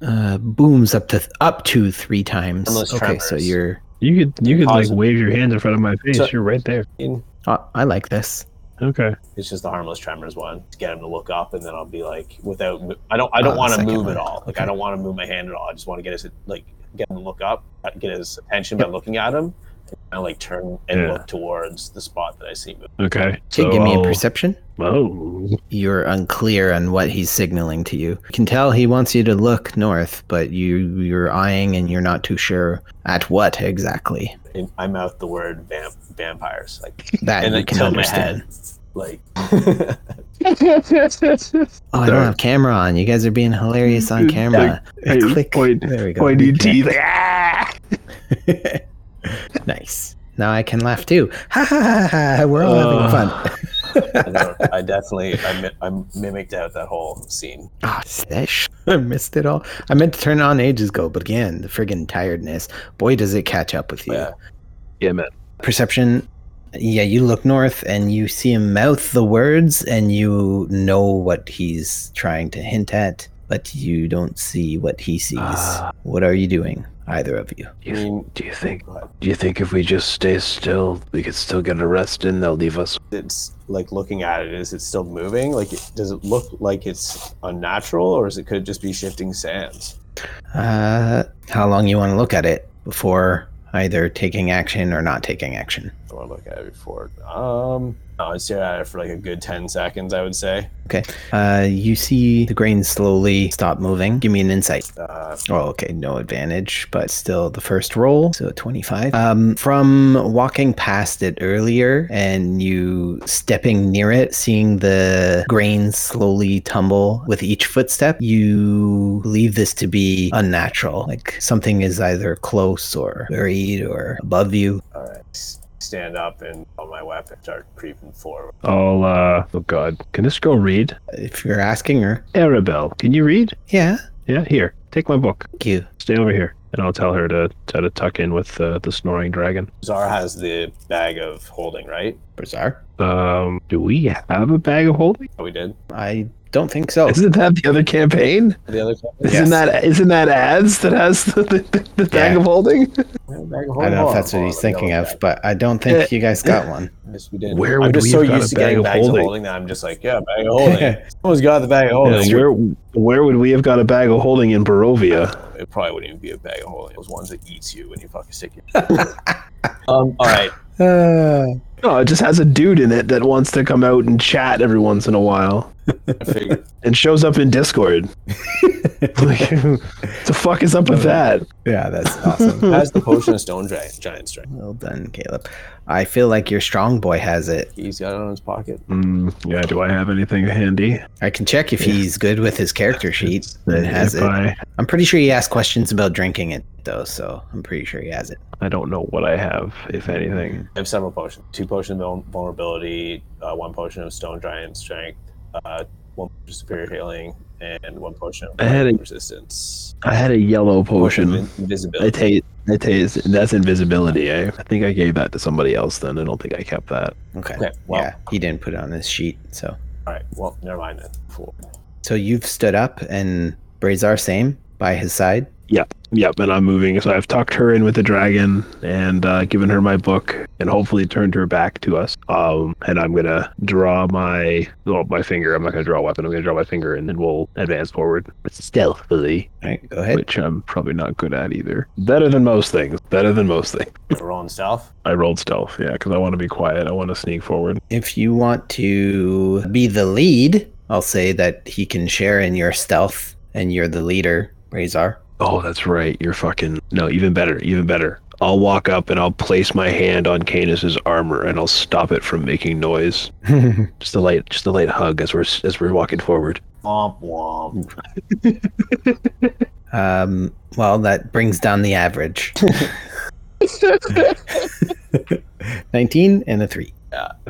S4: uh, booms up to th- up to three times.
S2: Endless
S4: okay, so
S2: tremors.
S4: you're.
S3: You could you could like
S2: Positive.
S3: wave your hands in front of my face.
S2: So-
S3: You're right there.
S2: in-
S4: Oh, I like this.
S3: Okay.
S2: it's just the harmless tremors one to get him to look up, and then I'll be like, without, I don't, I don't
S4: Ah,
S2: want to
S4: second
S2: move
S4: one.
S2: at all. Like I
S4: Okay.
S2: don't want to move my hand at all. I just want to get his like get him to look up, uh, get his attention by looking at him, and I like turn and
S3: Yeah.
S2: look towards the spot that I see move.
S3: Okay.
S4: Okay, give me a
S3: I'll-
S4: perception.
S3: Oh,
S4: You're unclear on what he's signaling to you. You can tell he wants you to look north, but you you're eyeing and you're not too sure at what exactly.
S2: And I mouth the word vamp, vampires, like,
S4: That
S2: and
S4: you
S2: then
S4: can
S2: tilt my head,
S4: understand.
S2: like.
S4: Oh, I don't have camera on. You guys are being hilarious on camera.
S3: hey,
S4: Click.
S3: point-
S4: there we go.
S3: pointy
S4: Reconnect.
S3: teeth. Ah!
S4: nice. Now I can laugh too. Ha ha ha ha! ha. We're all
S3: Uh.
S4: having fun.
S2: I, know, I definitely, I, mi- I mimicked out that whole scene.
S4: Ah, sesh. I missed it all. I meant to turn it on ages ago, but again, the friggin' tiredness. Boy, does it catch up with you.
S2: Yeah.
S3: Yeah, man.
S4: Perception. Yeah, you look north and you see him mouth the words and you know what he's trying to hint at, but you don't see what he sees.
S3: Ah.
S4: what are you doing, either of you?
S2: I mean,
S3: Do you think?
S2: go ahead.
S3: Do you think if we just stay still, we could still get a rest in? They'll leave us.
S2: it's like looking at it. Is it still moving? Like, it- does it look like it's unnatural, or is it could it just be shifting sands?
S4: Uh, how long you want to look at it before either taking action or not taking action?
S2: I want to look at it before. Um, I would stare at it for like a good ten seconds. I would say.
S4: Okay. Uh, you see the grain slowly stop moving. Give me an insight.
S2: Uh,
S4: Oh, okay, no advantage, but still the first roll, so 25. Um, from walking past it earlier and you stepping near it, seeing the grain slowly tumble with each footstep, you believe this to be unnatural. Like something is either close or buried or above you.
S2: all right. S- Stand up and on my weapon start creeping forward.
S3: I'll. uh... Oh God. Can this girl read?
S4: If you're asking her,
S3: Arabelle, can you read?
S4: yeah,
S3: Yeah. Here, take my book.
S4: thank you.
S3: Stay over here, and I'll tell her to try to tuck in with uh, the snoring dragon.
S2: Zara has the bag of holding, right?
S4: Bizarre.
S3: Um, do we have a bag of holding?
S2: Oh, we did.
S4: I Don't think so.
S3: Isn't that the other campaign?
S2: The other campaign.
S4: Yes.
S3: Isn't that isn't that ads that has the the, the, the tag
S4: Yeah.
S3: of holding?
S4: I don't know if that's what he's thinking of, but I don't think you guys got one.
S2: Yes, we did.
S3: Where
S2: I'm
S3: would
S2: just
S3: we
S2: so
S3: have got
S2: used
S3: a
S2: to
S3: bag
S2: getting
S3: of
S2: bags
S3: holding?
S2: of holding that I'm just like, yeah, bag of holding. Someone's got the bag of holding.
S3: Yeah, Oh, where where would we have got a bag of holding in Barovia?
S2: it probably wouldn't even be a bag of holding. It was ones that eats you when you fucking stick it. um, all right.
S3: No, it just has a dude in it that wants to come out and chat every once in a while
S2: I figured.
S3: and shows up in Discord. like, what the fuck is up with that?
S4: yeah, that's awesome.
S2: Has the potion of stone giant, giant strength?
S4: well done, Caleb. I feel like your strong boy has it.
S2: He's got it on his pocket.
S9: Mm, yeah, do I have anything handy?
S4: I can check if he's good with his character sheet and has
S9: if
S4: it.
S9: I,
S4: I'm pretty sure he asked questions about drinking it though, so I'm pretty sure he has it.
S9: I don't know what I have, if anything.
S2: I have several potions: two potion of vul- vulnerability, uh, one potion of stone giant strength, uh, one potion of superior healing, and one potion of
S3: I had a-
S2: resistance.
S3: I had a yellow
S2: Potion
S3: potion.
S2: of
S3: I
S2: invisibility.
S3: take I take that's invisibility. Eh? I think I gave that to somebody else. Then I don't think I kept that.
S4: Okay.
S2: Okay. Well.
S4: yeah, he didn't put it on this sheet, so
S2: All right. Well, never mind then. Fool.
S4: so you've stood up and Brazar same by his side.
S3: Yep, and I'm moving. So I've tucked her in with the dragon and uh, given her my book, and hopefully turned her back to us. Um, and I'm gonna draw my well, my finger. I'm not gonna draw a weapon. I'm gonna draw my finger, and then we'll advance forward stealthily,
S4: All right, go ahead.
S3: which I'm probably not good at either. Better than most things. Better than most things.
S2: We're rolling stealth.
S3: I rolled stealth, yeah, because I want to be quiet. I want to sneak forward.
S4: If you want to be the lead, I'll say that he can share in your stealth and you're the leader, Brazar.
S3: Oh, that's right. You're fucking no. Even better. Even better. I'll walk up and I'll place my hand on Canis's armor and I'll stop it from making noise. Just a light, just a light hug as we're as we're walking forward.
S2: Womp womp.
S4: um, well, that brings down the average. 19 and a 3.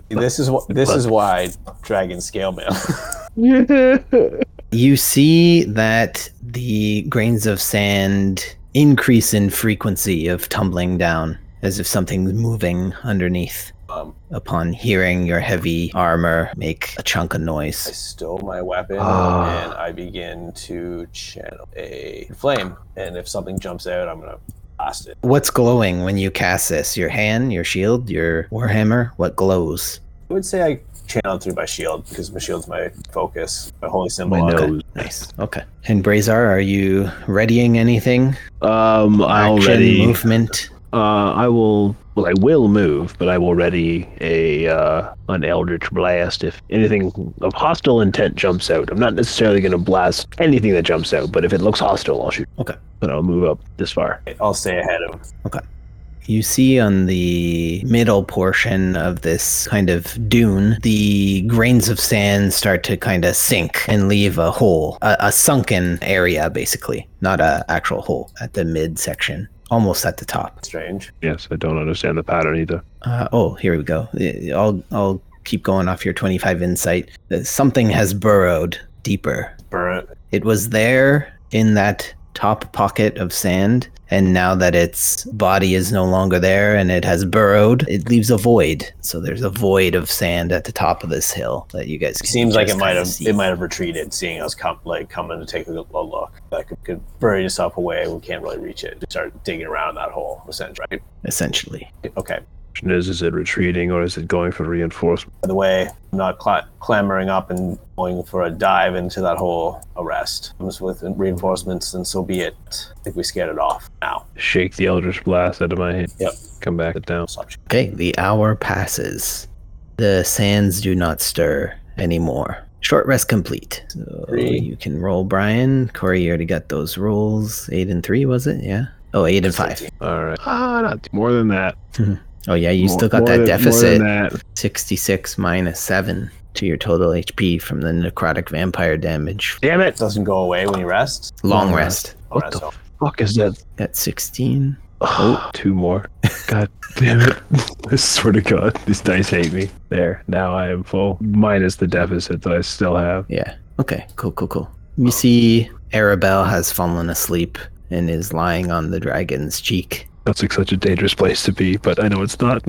S2: This is what. This is why dragon scale mail.
S4: You see that the grains of sand increase in frequency of tumbling down as if something's moving underneath.
S2: Um,
S4: Upon hearing your heavy armor make a chunk of
S2: I
S4: noise.
S2: stole my weapon
S3: Ah.
S2: and I begin to channel a flame. And if something jumps out, I'm gonna blast it.
S4: What's glowing when you cast this? Your hand, your shield, your warhammer? What glows?
S2: I would say I channeled through my shield because my shield's my focus, my holy symbol.
S3: My
S2: Okay.
S3: nose.
S4: Nice. Okay. And Brazar, are you readying anything?
S3: Um, I'll
S4: Action,
S3: ready.
S4: movement.
S3: Uh, I will. Well, I will move, but I will ready a uh, an eldritch blast if anything of hostile intent jumps out. I'm not necessarily going to blast anything that jumps out, but if it looks hostile, I'll shoot.
S4: Okay.
S3: But I'll move up this far.
S2: I'll stay ahead of him.
S4: You see on the middle portion of this kind of dune, the grains of sand start to kind of sink and leave a hole, a, a sunken area, basically, not a actual hole at the mid section, almost at the top.
S2: Strange.
S9: Yes, I don't understand the pattern either.
S4: Uh, oh, here we go. I- I'll I'll keep going off your twenty-five insight. Uh, Something has burrowed deeper
S2: Burn.
S4: It was there in that top pocket of sand, and now that its body is no longer there and it has burrowed, it leaves a void. So there's a void of sand at the top of this hill that you guys can
S2: Seems like it
S4: just
S2: might
S4: kinda
S2: have
S4: see.
S2: it might have retreated, seeing us come like coming to take a, good- a look. Like it could bury yourself away. We can't really reach it. Start digging around that hole, essentially. Right?
S4: essentially.
S2: Okay.
S9: Question is, is it retreating or is it going for reinforcement?
S2: By the way, I'm not cla clambering up and going for a dive into that whole arrest. Comes with reinforcements, and so be it. I think we scared it off now.
S9: Shake the eldritch blast out of my hand.
S2: Yep.
S9: Come back it down.
S2: Stop.
S4: Okay, the hour passes. The sands do not stir anymore. Short rest complete. So
S2: Three.
S4: you can roll, Brian. Corey, you already got those rolls. Eight and three, was it? Yeah. Oh, eight and five.
S9: All right. Ah, not more than that.
S4: Oh, yeah, you
S9: More-
S4: still got
S9: more
S4: that
S9: than-
S4: deficit.
S9: More than that.
S4: 66 minus 7 to your total HP from the necrotic vampire damage.
S9: Damn it!
S2: doesn't go away when you rest.
S4: Long rest
S9: What the fuck is that?
S4: at 16.
S9: Oh, two more. God damn it. I swear to God, these dice hate me. There, now I am full. Minus the deficit that I still have.
S4: Yeah. Okay, cool, cool, cool. You see, Arabelle has fallen asleep and is lying on the dragon's cheek.
S9: That's like such a dangerous place to be, but I know it's not.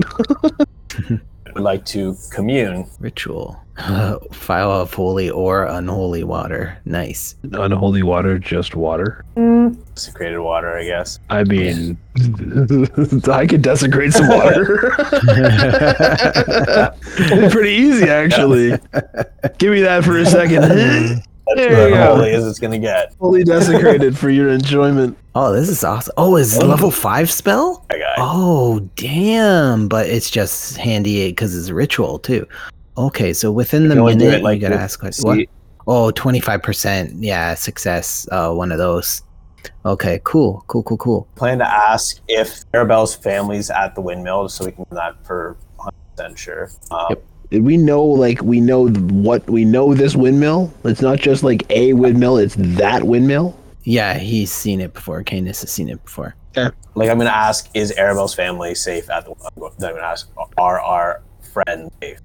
S2: would like to commune.
S4: Ritual. File of holy or unholy water. Nice.
S3: Unholy water, just water.
S2: Desecrated water, I guess.
S3: I mean, I could desecrate some water. Pretty easy, actually. Give me that for a second.
S2: That's
S3: There you
S2: about
S3: go.
S2: holy as it's gonna get.
S3: Fully desecrated for your enjoyment.
S4: Oh, this is awesome. Oh, is it level five spell?
S2: That guy.
S4: Oh, damn. But it's just handy because it's ritual too. Okay, so within the
S2: can only do
S4: minute,
S2: it, like,
S4: you gotta
S2: with
S4: ask questions. What?
S2: See,
S4: Oh, 25%. Yeah, success. Uh, one of those. Okay, cool, cool, cool, cool.
S2: plan to ask if Arabelle's family's at the windmill, so we can not for 100 percent sure. Um,
S4: Yep.
S3: Did we know, like, we know what we know this windmill? It's not just like a windmill, it's that windmill.
S4: Yeah, he's seen it before. Canis has seen it before.
S2: Like I'm gonna ask, is Arabelle's family safe at the? I'm go- I'm gonna ask, are our friends safe?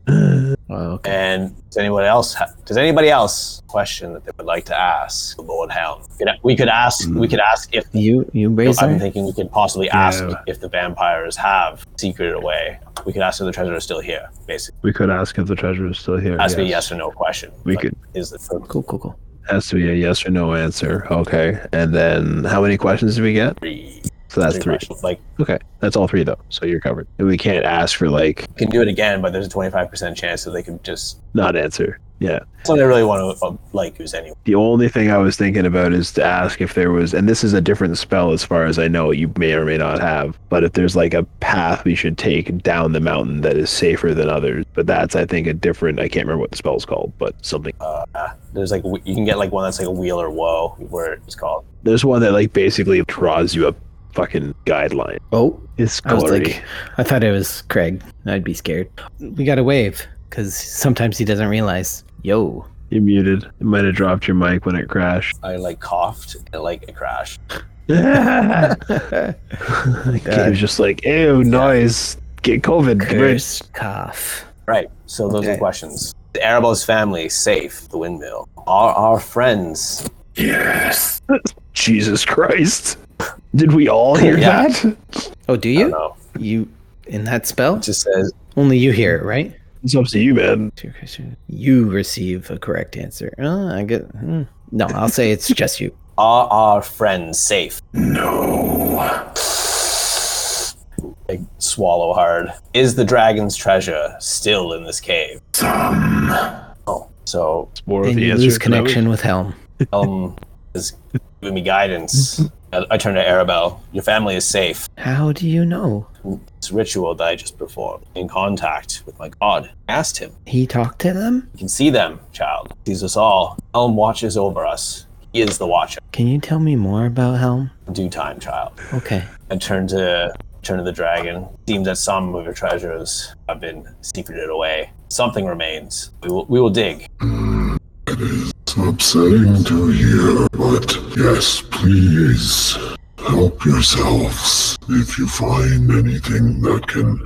S4: Okay.
S2: And does anyone else? Ha- does anybody else question that they would like to ask Lord Helm? You know, We could ask. We could ask if.
S4: You, you raise
S2: I'm
S4: that?
S2: thinking we could possibly ask
S10: Yeah.
S2: if the vampires have secreted away. We could ask if the treasure is still here. Basically,
S10: We could ask if the treasure is still here.
S2: ask me a yes or no question.
S10: We
S2: Like,
S10: could.
S2: Is the
S4: Cool, cool, cool.
S3: Has to be a yes or no answer. Okay. And then how many questions do we get?
S2: three?
S3: So that's three.
S2: questions. Like
S3: Okay. That's all three, though. So you're covered. And we can't ask for, like,
S2: you can do it again, but there's a 25% chance that they could just.
S3: not answer. Yeah.
S2: Something I really want to uh, like use anyway.
S3: The only thing I was thinking about is to ask if there was, and this is a different spell as far as I know, you may or may not have, but if there's like a path we should take down the mountain that is safer than others. But that's, I think, a different, I can't remember what the spell's called, but something.
S2: Uh, there's like w- you can get like one that's like a wheel or woe, where it's called.
S3: There's one that like basically draws you a fucking guideline.
S4: Oh,
S3: It's
S4: I was
S3: glory.
S4: like- I thought it was Craig. I'd be scared. We got to wave because sometimes he doesn't realize. Yo.
S3: You're muted. It might have dropped your mic when it crashed.
S2: I like coughed and like it crashed.
S3: it was just like, ew, noise. Get COVID.
S4: Curse cough.
S2: Right. So those are
S4: Okay.
S2: the questions. The Erebos family safe. The windmill. Are our friends?
S7: Yes.
S3: Jesus Christ. Did we all hear
S2: Yeah.
S3: that?
S4: Oh, do
S2: I don't
S4: you?
S10: Uh,
S2: know.
S4: You in that spell?
S2: It just says
S4: Only you hear it, right?
S3: It's up to you, man.
S4: To your question. You receive a correct answer. Uh, I get. hmm. No, I'll say it's just you.
S2: are our friends safe?
S7: No.
S2: Like swallow hard. Is the dragon's treasure still in this cave?
S7: Some.
S2: Oh, so
S10: It's more of
S4: And
S10: the
S4: you
S10: answer
S4: lose
S10: to that.
S4: connection with Helm.
S2: um, is giving me guidance. I, I turn to Arabelle. Your family is safe.
S4: How do you know?
S2: this ritual that I just performed in contact with my god. I asked him,
S4: He talked to them?
S2: You can see them, child. He sees us all. Elm watches over us. He is the watcher.
S4: Can you tell me more about Helm?
S2: In due time, child.
S4: Okay.
S2: And turn to turn to the dragon. Seems that some of your treasures have been secreted away. Something remains. We will we will dig.
S7: It's upsetting to hear, but yes, please help yourselves. If you find anything that can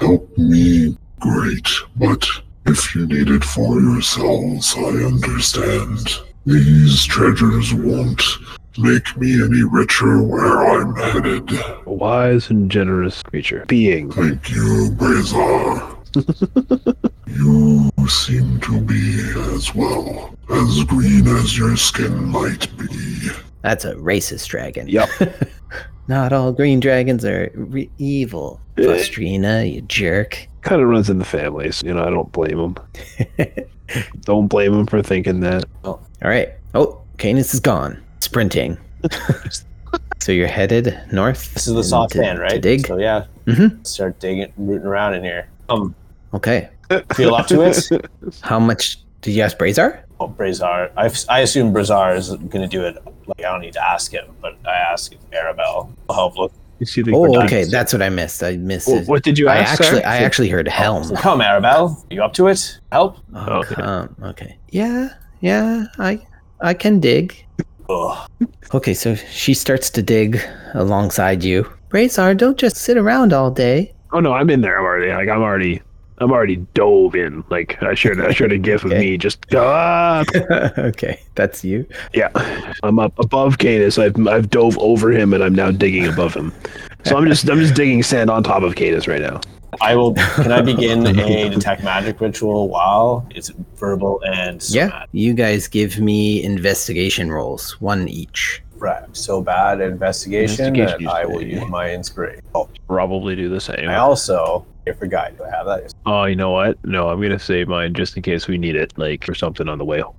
S7: help me, great. But if you need it for yourselves, I understand. These treasures won't make me any richer where I'm headed.
S10: A wise and generous creature.
S3: Being.
S7: Thank you, Brazar. you seem to be as well, as green as your skin might be.
S4: That's a racist dragon.
S3: Yup.
S4: Not all green dragons are re- evil. Fastrina, you jerk.
S3: Kind of runs in the family, so, you know, I don't blame him. don't blame him for thinking that.
S4: All right. Oh, Canis is gone. Sprinting. so you're headed north.
S2: This is the
S4: and
S2: soft
S4: to-
S2: hand,
S4: To
S2: right?
S4: dig.
S2: So yeah.
S4: Mhm.
S2: Start digging rooting around in here. Um
S4: Okay.
S2: feel up to it.
S4: How much did you ask Brazar?
S2: Well, Brazar, I, I assume Brazar is going to do it. Like I don't need to ask him, but I ask if Arabelle will help look.
S10: You see the
S4: Oh,
S10: Well,
S4: okay. That's what I missed. I missed it.
S10: what did you
S4: I
S10: ask?
S4: actually,
S10: sir? Oh,
S4: I actually heard
S2: So
S4: Helm.
S2: come, Arabelle, you up to it? Help?
S4: Oh,
S10: okay.
S4: come. okay. Yeah, yeah. I, I can dig.
S2: Ugh.
S4: Okay, so she starts to dig alongside you. Brazar, don't just sit around all day.
S10: Oh no, I'm in there. I'm already like I'm already I'm already dove in. Like I shared I shared a gift with
S4: Okay.
S10: me. Just "Ah!" go up.
S4: okay, that's you.
S3: Yeah. I'm up above Canis. I've I've dove over him and I'm now digging above him. So I'm just I'm just digging sand on top of Canis right now.
S2: I will. Can I begin a detect magic ritual while it's verbal and
S4: Yeah.
S2: somatic?
S4: You guys give me investigation rolls, one each.
S2: Right. I'm so bad at investigation,
S3: Investigation
S2: that I
S3: is
S2: will
S3: bad,
S2: use
S3: yeah.
S2: my inspiration. Oh,
S3: Probably do the same.
S2: I also I forgot to have that.
S3: Oh, you know what? No, I'm gonna save mine just in case we need it, like for something on the way home.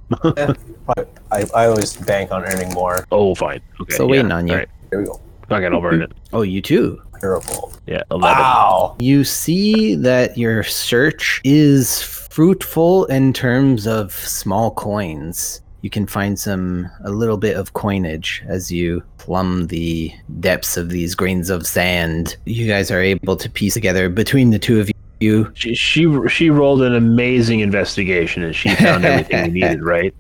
S2: I, I always bank on earning more.
S3: Oh, fine. Okay.
S4: Still
S3: yeah.
S4: waiting on you.
S3: Alright.
S2: Here we go.
S3: Fuck it, I'll burn it.
S4: Oh, you too.
S2: Terrible.
S3: Yeah,
S4: Ah.
S3: eleven.
S2: Wow.
S4: You see that your search is fruitful in terms of small coins. You can find some, a little bit of coinage as you plumb the depths of these grains of sand. You guys are able to piece together between the two of you.
S3: She, she she rolled an amazing investigation and she found everything we needed, right?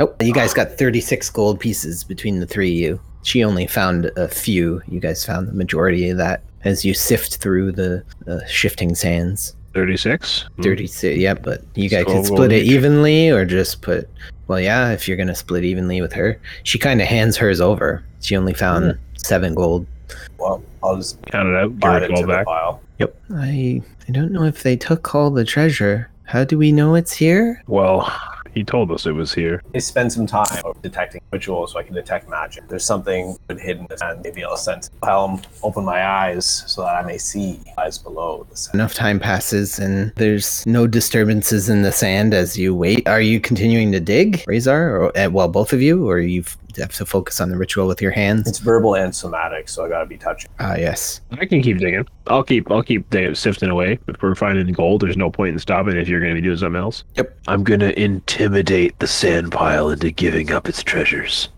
S4: Nope, you guys got 36 gold pieces between the three of you. She only found a few. You guys found the majority of that as you sift through the uh, shifting sands.
S3: Thirty six.
S4: 36 yeah but you guys
S3: So
S4: could
S3: we'll
S4: split it
S3: each-
S4: evenly or just put well yeah if you're gonna split evenly with her she kind of hands hers over she only found seven gold
S2: Well, I'll just
S3: Count it out.
S2: buy it
S3: Give
S2: into
S3: her call
S2: the
S3: back.
S2: pile.
S4: i i don't know if they took all the treasure how do we know it's here
S3: Well, he told us it was here.
S2: I spend some time detecting rituals so I can detect magic. There's something good hidden, and maybe I'll sense. I'll um, open my eyes so that I may see eyes below the sand.
S4: enough time passes and there's no disturbances in the sand as you wait are you continuing to dig razor or eh, well both of you or you f- have to focus on the ritual with your hands
S2: It's verbal and somatic, so I gotta be touching.
S4: ah yes
S3: I can keep digging. I'll keep I'll keep dig- sifting away. If we're finding gold, there's no point in stopping if you're gonna be doing something else.
S4: Yep.
S3: I'm gonna intimidate the sand pile into giving up its treasures.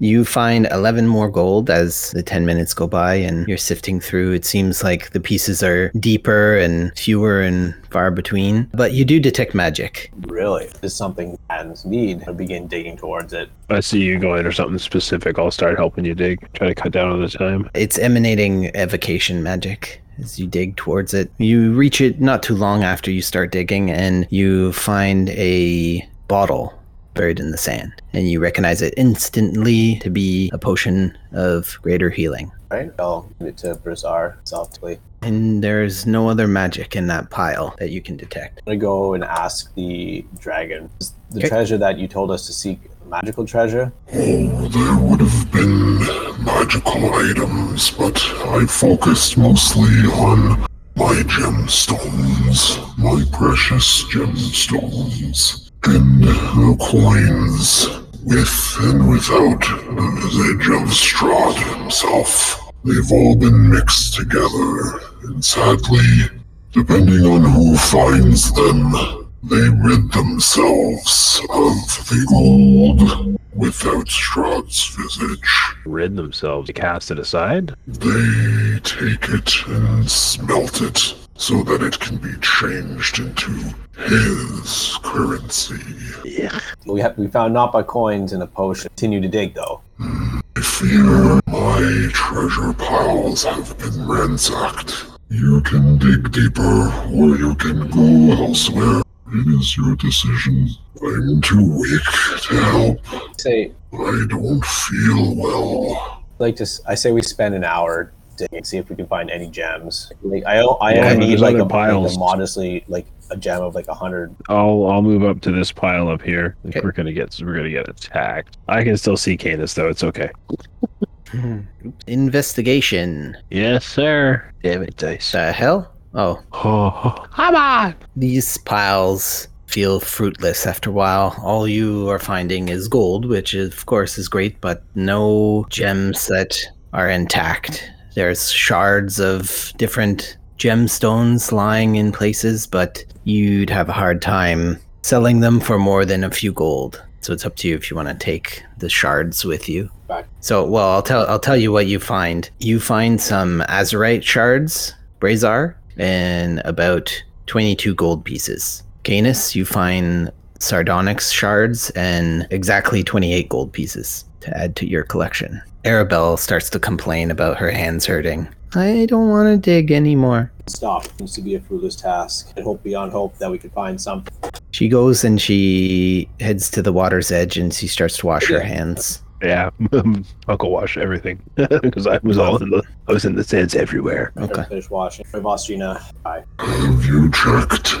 S4: you find 11 more gold as the 10 minutes go by and you're sifting through. It seems like the pieces are deeper and fewer and far between, but you do detect magic.
S2: Really, If there's something hands need. I begin digging towards it.
S3: If I see you going or something specific, I'll start helping you dig. Try to cut down on the time.
S4: It's emanating evocation magic. As you dig towards it, you reach it not too long after you start digging, and you find a bottle buried in the sand. And you recognize it instantly to be a potion of greater healing.
S2: Right? I'll give it to Brizar softly.
S4: And there's no other magic in that pile that you can detect.
S2: I'm gonna go and ask the dragon. Is the
S4: Okay.
S2: treasure that you told us to seek a magical treasure?
S7: Oh, there would have been magical items, but I focused mostly on my gemstones, my precious gemstones, and the coins, with and without the village of Strahd himself. They've all been mixed together, and sadly, depending on who finds them, they rid themselves of the gold without Strahd's visage.
S3: Rid themselves. Cast it aside.
S7: They take it and smelt it so that it can be changed into his currency.
S2: We have we found not but coins and a potion. Continue to dig though.
S7: I fear my treasure piles have been ransacked. You can dig deeper or you can go elsewhere. It is your decision. I'm too weak to help.
S2: Say
S7: I don't feel well.
S2: like to s- I say we spend an hour digging, see if we can find any gems. Like I o- I
S3: Yeah,
S2: only
S3: but
S2: need
S3: there's
S2: like
S3: other
S2: a, like
S3: piles.
S2: a modestly like a gem of like a hundred.
S3: I'll I'll move up to this pile up here. Like,
S4: Okay.
S3: We're gonna get we're gonna get attacked. I can still see Canis though. It's okay.
S4: Investigation.
S3: Yes, sir. Damn it, dice.
S4: The hell? Oh,
S3: Oh, come on.
S4: these piles feel fruitless after a while. All you are finding is gold, which is, of course is great, but no gems that are intact. There's shards of different gemstones lying in places, but you'd have a hard time selling them for more than a few gold. So it's up to you if you want to take the shards with you.
S2: Right.
S4: So, well, I'll tell I'll tell you what you find. You find some azurite shards, brazar, and about 22 gold pieces. Canis, you find sardonyx shards and exactly 28 gold pieces to add to your collection. Arabelle starts to complain about her hands hurting. I don't want to dig anymore.
S2: Stop seems to be a fruitless task. I hope beyond hope that we could find something.
S4: She goes and she heads to the water's edge and she starts to wash her hands.
S3: Yeah,
S8: Uncle Wash everything because I was all in the I was in the sands everywhere.
S4: Okay.
S2: Finish washing. My boss Gina. Hi.
S7: Have you checked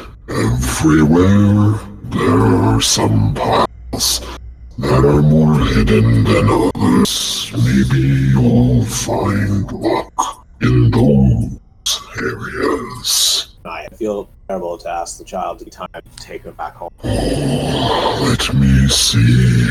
S7: everywhere? There are some piles that are more hidden than others. Maybe you'll find luck in those areas.
S2: I feel terrible to ask the child to time to take her back home.
S7: Let me see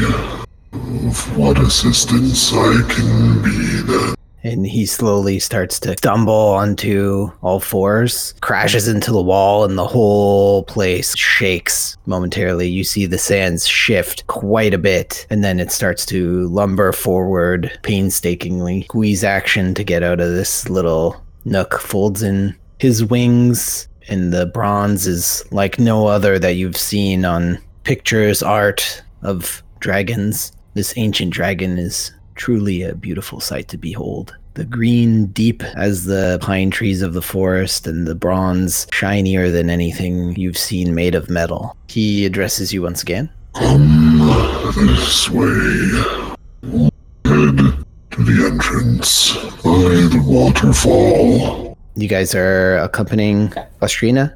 S7: of what assistance I can be then.
S4: And he slowly starts to stumble onto all fours, crashes into the wall, and the whole place shakes momentarily. You see the sands shift quite a bit, and then it starts to lumber forward painstakingly. Squeeze action to get out of this little nook, folds in his wings, and the bronze is like no other that you've seen on pictures, art of dragons. This ancient dragon is truly a beautiful sight to behold. The green deep as the pine trees of the forest, and the bronze shinier than anything you've seen made of metal. He addresses you once again.
S7: Come this way. Head to the entrance by the waterfall.
S4: You guys are accompanying Vastrina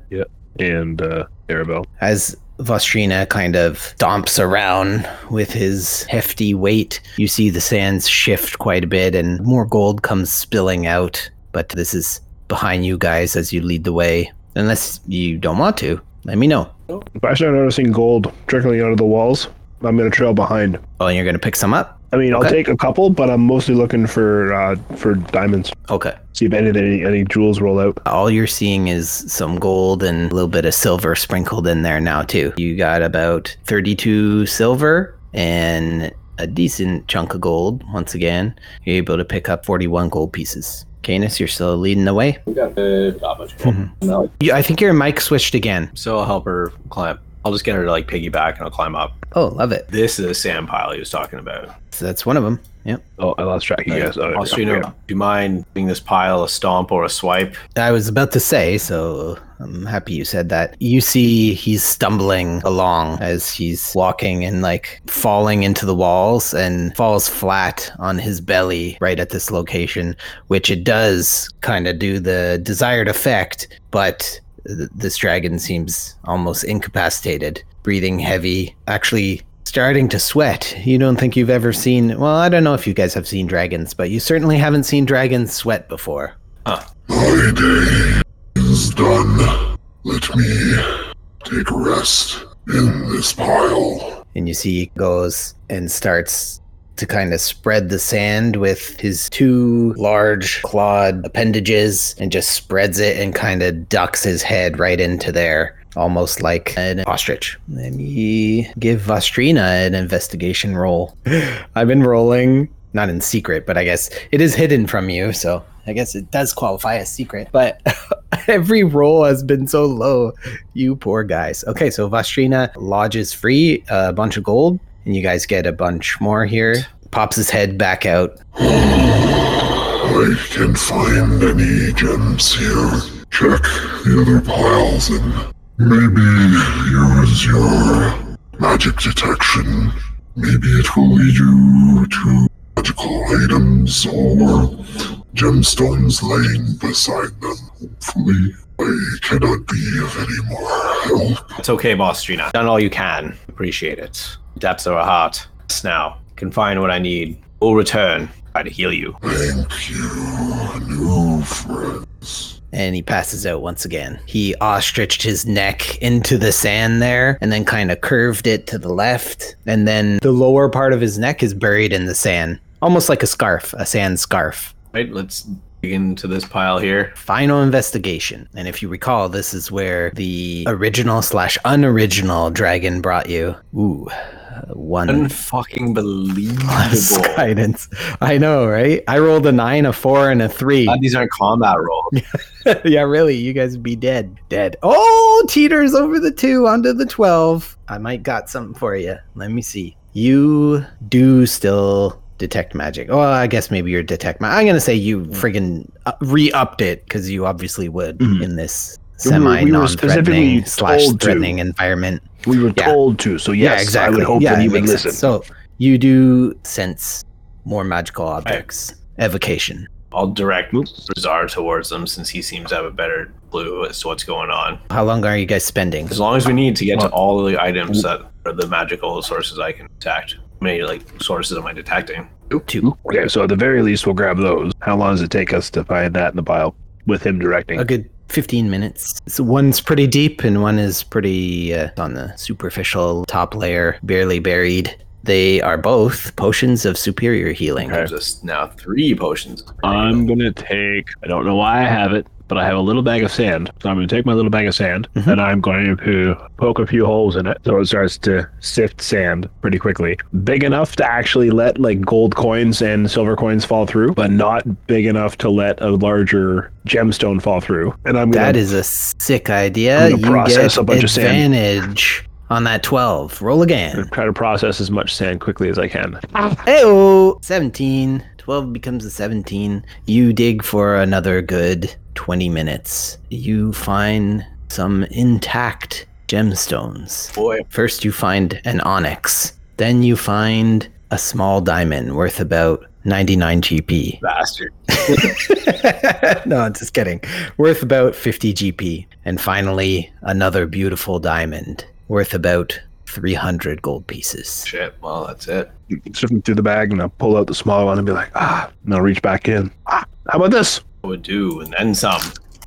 S3: and uh, Arabelle.
S4: as Vostrina kind of stomps around with his hefty weight. You see the sands shift quite a bit and more gold comes spilling out. But this is behind you guys as you lead the way. Unless you don't want to, let me know.
S3: If I start noticing gold trickling out of the walls, I'm gonna trail behind.
S4: Oh, and you're going to pick some up?
S3: I mean, I'll
S4: Okay.
S3: take a couple, but I'm mostly looking for uh, for diamonds.
S4: Okay.
S3: See if any any, any jewels roll out.
S4: All you're seeing is some gold and a little bit of silver sprinkled in there now, too. You got about 32 silver and a decent chunk of gold. Once again, you're able to pick up 41 gold pieces. Canis, you're still leading the way.
S2: We got the garbage. No,
S4: You, I think your mic switched again.
S11: Mm-hmm. So I'll help her climb. I'll just get her to like piggyback and I'll climb up.
S4: Oh, love it.
S11: This is a sand pile he was talking about.
S4: So that's one of them. Yep.
S3: Oh, I lost track. You
S11: Like,
S3: guys. Oh, yeah,
S11: Ostrino,
S3: yeah.
S11: do you mind giving this pile a stomp or a swipe?
S4: I was about to say, so I'm happy you said that. You see, he's stumbling along as he's walking and like falling into the walls and falls flat on his belly right at this location, which it does kind of do the desired effect, but th- this dragon seems almost incapacitated, breathing heavy, actually starting to sweat. You don't think you've ever seen, well, I don't know if you guys have seen dragons, but you certainly haven't seen dragons sweat before.
S7: My day is done. Let me take a rest in this pile.
S4: And you see he goes and starts to kind of spread the sand with his two large clawed appendages and just spreads it and kind of ducks his head right into there, almost like an ostrich. And he give Vostrina an investigation roll. I've been rolling, not in secret, but I guess it is hidden from you, so I guess it does qualify as secret. But every roll has been so low. You poor guys. Okay, so Vastrina lodges free a bunch of gold, and you guys get a bunch more here. Pops his head back out.
S7: I can't find any gems here. Check the other piles and maybe use your magic detection. Maybe it will lead you to magical items or gemstones lying beside them. Hopefully, I cannot be of any more help.
S11: It's okay, Bostrina. Done all you can. Appreciate it. Depths of our heart. Us Now, can find what I need. We'll return. Try to heal you.
S7: Thank you, new friends.
S4: And he passes out once again. He ostriched his neck into the sand there and then kind of curved it to the left. And then the lower part of his neck is buried in the sand, almost like a scarf, a sand scarf.
S11: Right, let's dig into this pile here.
S4: Final investigation. And if you recall, this is where the original slash unoriginal dragon brought you. Ooh, uh,
S2: Hmm.
S4: one
S11: Unfucking
S4: plus
S11: believable.
S4: guidance. I know, right? I rolled a nine, a four, and a three.
S11: These aren't combat rolls.
S4: yeah, really, you guys would be dead. Dead. Oh, teeters over the two, onto the 12. I might got something for you. Let me see. You do still detect magic. Oh, I guess maybe you're detect magic. I'm going to say you friggin' uh, re-upped it because you obviously would
S3: Mhm.
S4: in this
S3: We were- we were
S4: semi non-threatening
S3: specifically
S4: slash
S3: told to.
S4: threatening environment.
S3: We were
S4: Yeah.
S3: told to, so yes,
S4: yeah, exactly.
S3: I would hope
S4: yeah,
S3: that
S4: it
S3: he would
S4: makes
S3: listen.
S4: sense. So You do sense more magical objects. Evocation.
S2: I'll direct Rizar towards them since he seems to have a better clue as to what's going on.
S4: How long are you guys spending?
S2: As long as we need to get to all the items that are the magical sources I can detect. How many like sources am I detecting?
S4: Two.
S12: Okay, so at the very least, we'll grab those. How long does it take us to find that in the pile with him directing?
S4: A good 15 minutes. So one's pretty deep and one is pretty uh, on the superficial top layer, barely buried. They are both potions of superior healing.
S2: There's just now three potions.
S3: I'm gonna take. I don't know why I have it, but I have a little bag of sand. So I'm gonna take my little bag of sand
S4: Mhm.
S3: and I'm going to poke a few holes in it so it starts to sift sand pretty quickly. Big enough to actually let like gold coins and silver coins fall through, but not big enough to let a larger gemstone fall through. And I'm gonna
S4: That is a sick idea.
S3: I'm gonna
S4: You
S3: process
S4: get
S3: a bunch of sand.
S4: advantage on that 12. Roll again.
S3: try to process as much sand quickly as I can.
S4: Ayo! 17. 12 becomes a 17. You dig for another good 20 minutes. You find some intact gemstones.
S2: Boy,
S4: First, you find an onyx. Then, you find a small diamond worth about 99 GP.
S2: bastard.
S4: no, I'm just kidding. Worth about 50 GP. And finally, another beautiful diamond worth about 300 gold pieces.
S2: Shit. Well, that's it.
S12: Sift them through the bag and I'll pull out the smaller one and be like, ah, and I'll reach back in. Ah, how about this?
S2: I would do, and then some.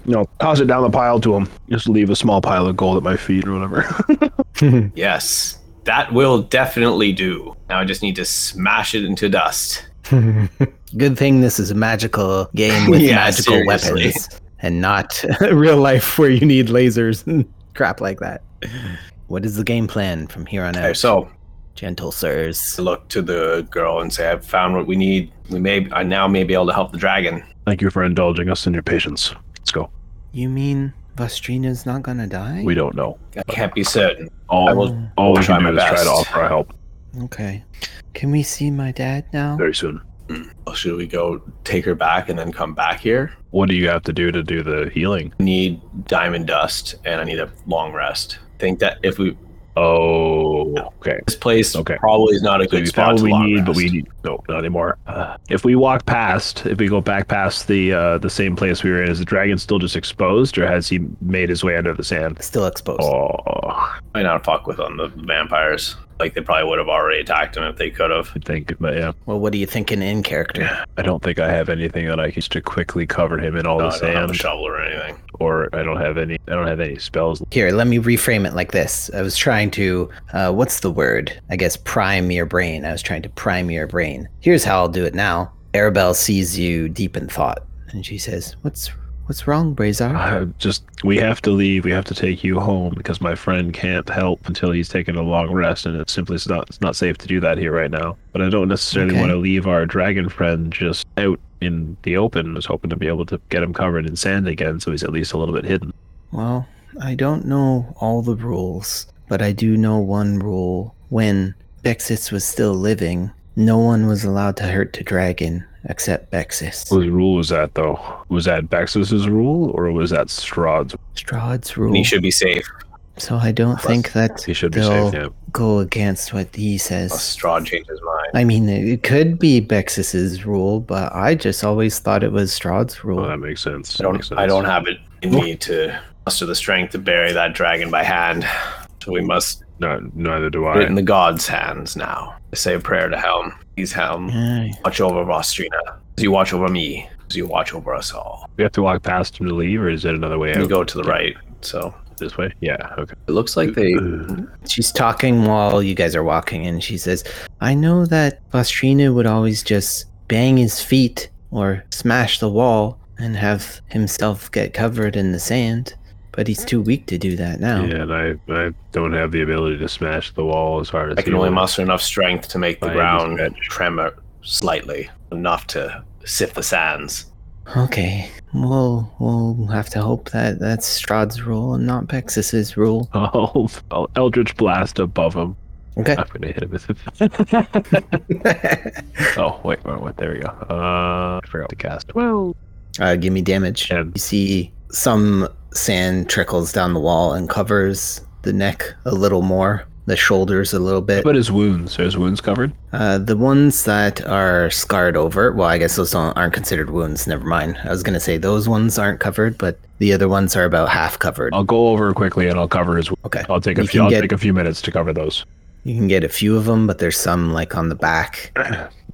S12: You know, toss it down the pile to him. Just leave a small pile of gold at my feet or whatever.
S2: Yes, that will definitely do. Now I just need to smash it into dust.
S4: Good thing this is a magical game with
S2: Yeah,
S4: magical
S2: seriously.
S4: weapons and not real life where you need lasers and crap like that. What is the game plan from here on
S2: Okay,
S4: out,
S2: so
S4: gentle sirs?
S2: to look to the girl and say, "I've found what we need. We may I now may be able to help the dragon."
S3: Thank you for indulging us in your patience. Let's go.
S4: You mean Vastrina's not gonna die?
S3: We don't know.
S2: I can't be certain. I
S3: All,
S2: will.
S3: all we
S2: try
S3: can do
S2: my
S3: is try
S2: best.
S3: to offer our help
S4: Okay. Can we see my dad now?
S3: very soon.
S2: Oh, Should we go take her back and then come back here?
S3: What do you have to do to do the healing?
S2: Need diamond dust, and I need a long rest. Think that if we
S3: Oh, okay.
S2: this place
S3: Okay.
S2: probably is not a
S3: So
S2: good
S3: we
S2: spot
S3: found
S2: to
S3: what we
S2: long
S3: need,
S2: rest.
S3: but we need no, not anymore. Uh, if we walk past, if we go back past the uh, the same place we were in, is the dragon still just exposed, or has he made his way under the sand?
S4: Still exposed.
S3: Oh,
S2: might not fuck with on the vampires. Like they probably would have already attacked him if they could have.
S3: I think, but yeah,
S4: Well, what are you thinking in character?
S3: I don't think I have anything that I can just to quickly cover him in all
S2: No,
S3: the
S2: I don't have a
S3: sand,
S2: shovel or anything.
S3: or I don't have any. I don't have any spells.
S4: Here, let me reframe it like this. I was trying to, uh, what's the word? I guess prime your brain. I was trying to prime your brain. Here's how I'll do it now. Arabelle sees you deep in thought, and she says, "What's what's wrong, Brazar?"
S3: Uh, just we have to leave. We have to take you home because my friend can't help until he's taken a long rest, and it's simply it's not it's not safe to do that here right now. But I don't necessarily
S4: Okay.
S3: want to leave our dragon friend just out in the open. I was hoping to be able to get him covered in sand again, so he's at least a little bit hidden.
S4: Well, I don't know all the rules, but I do know one rule. When Bexis was still living, no one was allowed to hurt the dragon except Bexis.
S3: Whose rule was that though? Was that Bexus's rule or was that Strahd's?
S4: Strahd's
S2: And
S4: rule.
S2: he should be safe.
S4: so I don't think that
S3: He should be
S4: they'll
S3: safe. Yeah.
S4: go against what he says.
S2: Unless Strahd changed his mind.
S4: I mean, it could be Bexis's rule, but I just always thought it was Strahd's rule.
S3: Well, that makes sense.
S2: I
S3: Makes
S2: don't.
S3: sense.
S2: I don't have it in me to muster the strength to bury that dragon by hand. So we must
S3: No, neither do
S2: put it
S3: I.
S2: in the gods' hands now. I say a prayer to Helm. Please, Helm,
S4: Yeah.
S2: watch over Vostrina. As you watch over me, as you watch over us all.
S3: We have to walk past him to leave, or is it another way
S2: And we
S3: out?
S2: go to the right. So
S3: this way? Yeah. Okay.
S2: it looks like they.
S4: She's talking while you guys are walking, and she says, I know that Vastrina would always just bang his feet or smash the wall and have himself get covered in the sand, but he's too weak to do that now.
S3: Yeah, and I, I don't have the ability to smash the wall as hard as
S2: I can
S3: he
S2: only
S3: would.
S2: muster enough strength to make the
S3: By any
S2: ground
S3: stretch.
S2: tremor slightly, enough to sift the sands.
S4: Okay, well, we'll have to hope that that's Strahd's rule and not Bexis's rule.
S3: I'll, Oh, I'll Eldritch Blast above him.
S4: Okay.
S3: I'm gonna hit him with it. oh wait, wait, wait, there we go. Uh, I forgot to cast. Well,
S4: Uh, give me damage.
S3: Ten.
S4: You see some sand trickles down the wall and covers the neck a little more. the shoulders a little bit.
S3: But his wounds, are his wounds covered?
S4: Uh, the ones that are scarred over, well, I guess those don't, aren't considered wounds. Never mind. I was going to say those ones aren't covered, but the other ones are about half covered.
S3: I'll go over quickly and I'll cover his.
S4: Okay.
S3: I'll take a
S4: You
S3: few.
S4: can
S3: I'll
S4: get-
S3: take a few minutes to cover those.
S4: You can get a few of them, but there's some like on the back.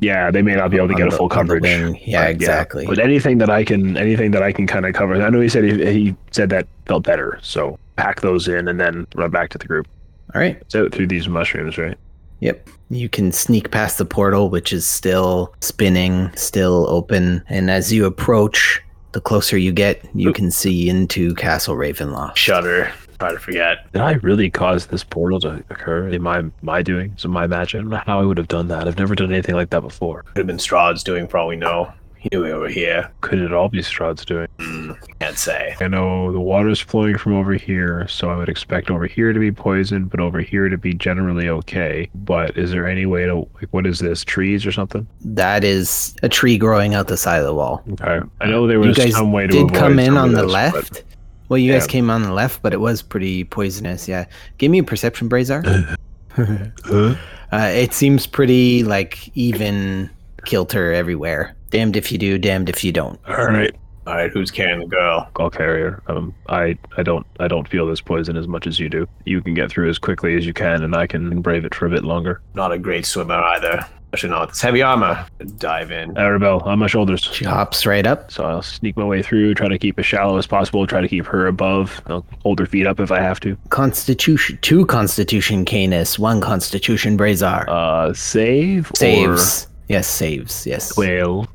S3: Yeah, they may not be able to
S4: on
S3: get a
S4: the-
S3: full
S4: on the
S3: coverage.
S4: wing. Yeah,
S3: But
S4: exactly.
S3: But anything that I can, anything that I can kind of cover. I know he said he, he said that felt better. So pack those in and then run back to the group.
S4: All right.
S3: It's out through these mushrooms, right?
S4: Yep. You can sneak past the portal, which is still spinning, still open. And as you approach, the closer you get, you can see into Castle Ravenloft.
S2: Shudder. Try to forget.
S3: Did I really cause this portal to occur? Am I my doing? Is it my magic? I don't know how I would have done that. I've never done anything like that before.
S2: Could have been Strahd's doing for all we know. He knew we were here.
S3: Could it all be Strahd's doing?
S2: Can't say.
S3: I know the water's flowing from over here, so I would expect over here to be poisoned, but over here to be generally okay. But is there any way to like what is this? Trees or something?
S4: That is a tree growing out the side of the wall.
S3: Okay. I know there
S4: You
S3: was
S4: guys
S3: some way to
S4: did
S3: avoid
S4: come in
S3: some of
S4: on the
S3: this, but-
S4: left. Well, you guys
S3: Yeah.
S4: came on the left, but it was pretty poisonous. Yeah. Give me a perception, Brazar. uh, it seems pretty like even kilter everywhere. Damned if you do, damned if you don't.
S3: All right.
S2: All right, who's carrying the girl?
S3: I'll carry her. Um, I, I don't I don't feel this poison as much as you do. You can get through as quickly as you can, and I can brave it for a bit longer.
S2: Not a great swimmer either. Especially not with this heavy armor. Dive in.
S3: Arabelle, Uh, on my shoulders.
S4: She hops right up.
S3: So I'll sneak my way through, try to keep as shallow as possible, try to keep her above. I'll hold her feet up if I have to.
S4: Constitution, two Constitution Canis, one Constitution Brazar.
S3: Uh, save
S4: saves. Yes, saves. Yes.
S3: or whale.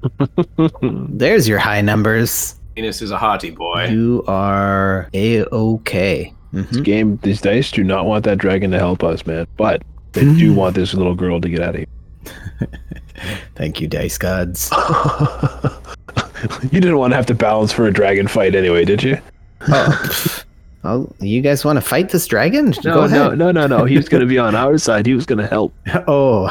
S4: There's your high numbers.
S2: Venus is a hearty boy.
S4: You are a okay. hmm
S3: Game, these dice do not want that dragon to help us, man. But they do want this little girl to get out of
S4: Thank you, dice gods.
S3: here. you didn't want to have to balance for a dragon fight anyway, did you?
S4: Oh, you guys want to fight this dragon? Go
S3: No,
S4: ahead.
S3: no, no, no, no. He was going to be on our side. He was going to help.
S4: Oh.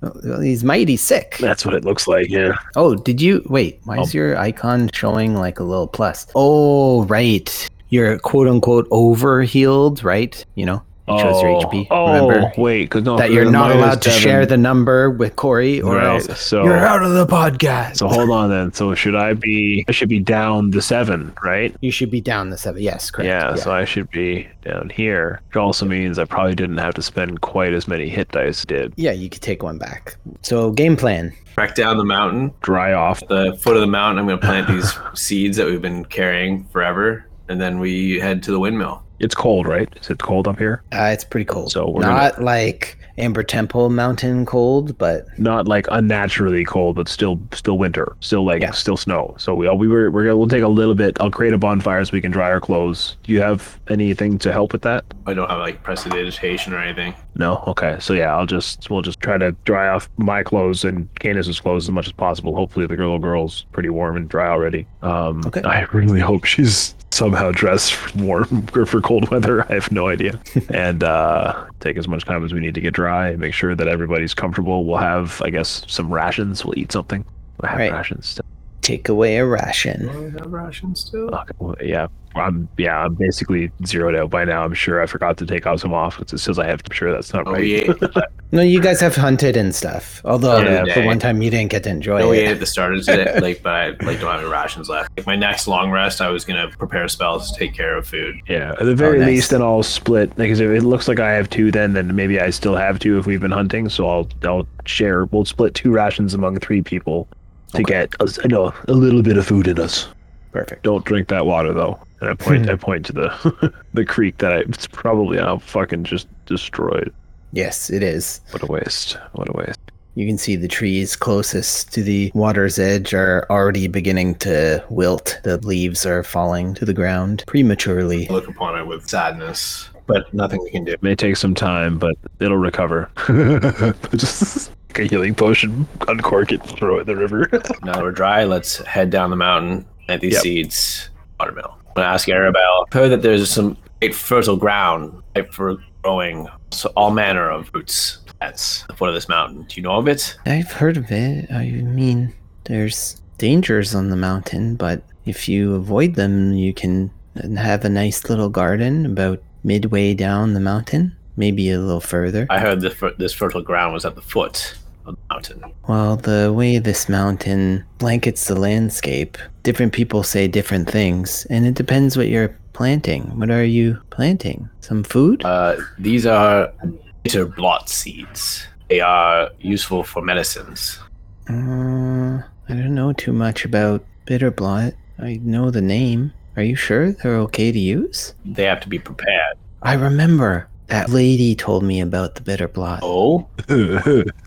S4: Well, He's mighty sick.
S3: That's what it looks like. Yeah.
S4: Oh, did you wait? Why is your icon showing like a little plus? Oh, right. You're quote unquote over healed, right? You know, it shows
S3: Oh.
S4: your HP. remember
S3: wait, because no,
S4: that you're
S3: the
S4: not
S3: minus
S4: allowed to
S3: seven-
S4: share the number with Corey, or
S3: Right,
S4: else
S3: so
S4: you're out of the podcast.
S3: So hold on then. So should I be? I should be down the seven, right?
S4: You should be down the seven. Yes, correct.
S3: Yeah, So I should be down here, which also means I probably didn't have to spend quite as many hit dice. Did
S4: yeah, you could take one back. So game plan.
S2: Trek down the mountain.
S3: dry off.
S2: At the foot of the mountain, I'm going to plant these seeds that we've been carrying forever. And then we head to the windmill.
S3: It's cold, right? Is it cold up here?
S4: Uh, it's pretty cold.
S3: So we're
S4: not like Amber Temple Mountain cold, but
S3: Not like unnaturally cold, but still, still winter. Still like
S4: Yeah.
S3: still snow. So we we were we're gonna we'll take a little bit. I'll create a bonfire so we can dry our clothes. Do you have anything to help with that?
S2: I don't have like prestidigitation or anything.
S3: No. Okay. So yeah, I'll just we'll just try to dry off my clothes and Candace's clothes as much as possible. Hopefully, the little girl's pretty warm and dry already. Um,
S4: Okay.
S3: I really hope she's somehow dressed for warm or for cold weather. I have no idea. and uh, take as much time as we need to get dry. Make sure that everybody's comfortable. We'll have, I guess, some rations. We'll eat something. We'll have
S4: Right.
S3: rations.
S4: take away a ration.
S2: Do we have rations still?
S3: Okay, well, yeah. I'm yeah. I'm basically zeroed out by now. I'm sure I forgot to take off some off. It says I have. I'm sure that's not
S2: Oh,
S3: right.
S2: we ate,
S4: No, you guys have hunted and stuff. Although
S2: Yeah.
S4: for one time you didn't get to enjoy
S2: no, we ate
S4: it.
S2: at the start of today, like, but I like don't have any rations left. Like, my next long rest, I was going to prepare spells to take care of food.
S3: Yeah, Oh, at the very
S4: nice.
S3: least, then I'll split. Like, 'cause if it looks like I have two, then then maybe I still have two if we've been hunting. So I'll I'll share. We'll split two rations among three people to get us, you know a little bit of food in us.
S4: Perfect.
S3: Don't drink that water though. And I point I point to the the creek that I it's probably now fucking just destroyed.
S4: Yes, it is.
S3: What a waste! What a waste!
S4: You can see the trees closest to the water's edge are already beginning to wilt. The leaves are falling to the ground prematurely.
S2: Look upon it with sadness, but nothing we can do.
S3: It may take some time, but it'll recover. just like a healing potion, uncork it, throw it in the river.
S2: Now that we're dry, let's head down the mountain, plant these
S3: Yep.
S2: seeds, watermill. I'm gonna ask Arabelle. I've heard that there's some great fertile ground right, for growing so all manner of roots, plants at the foot of this mountain. Do you know of it?
S4: I've heard of it. I mean, there's dangers on the mountain, but if you avoid them, you can have a nice little garden about midway down the mountain. maybe a little further.
S2: I heard the, fer- this fertile ground was at the foot of the mountain.
S4: Well, the way this mountain blankets the landscape, different people say different things, and it depends what you're planting. What are you planting? Some food?
S2: Uh, these are bitter blot seeds. They are useful for medicines.
S4: Uh, I don't know too much about Bitterblot. I know the name. Are you sure they're okay to use?
S2: They have to be prepared.
S4: I remember that lady told me about the Bitterblot.
S2: Oh,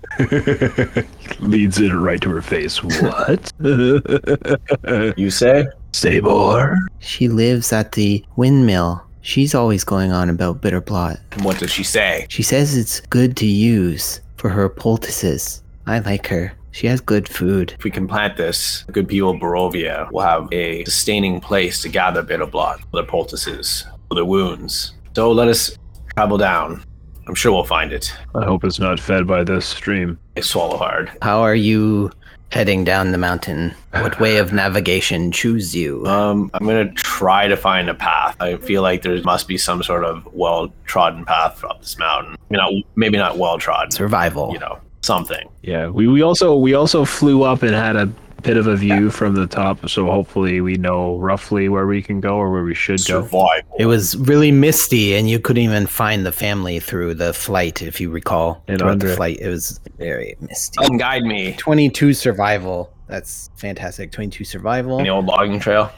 S3: Leads it right to her face. What?
S2: you say?
S3: Say more.
S4: She lives at the windmill. She's always going on about Bitterblot.
S2: And what does she say?
S4: She says it's good to use for her poultices. I like her. She has good food.
S2: If we can plant this, the good people of Barovia will have a sustaining place to gather bitter blood for their poultices, for their wounds. So let us travel down. I'm sure we'll find it.
S3: I hope it's not fed by this stream.
S2: I swallow hard.
S4: How are you heading down the mountain? What way of navigation choose you?
S2: Um, I'm gonna try to find a path. I feel like there must be some sort of well-trodden path up this mountain. Maybe not, maybe not well-trodden.
S4: Survival.
S2: You know, something.
S3: Yeah, we, we also we also flew up and had a bit of a view from the top, so hopefully we know roughly where we can go or where we should go.
S2: Survival.
S4: It was really misty, and you couldn't even find the family through the flight, if you recall.
S3: And
S4: Throughout
S3: under
S4: the
S3: it.
S4: flight, it was very misty.
S2: Come guide me.
S4: 22 survival. That's fantastic. 22 survival.
S2: The old logging trail.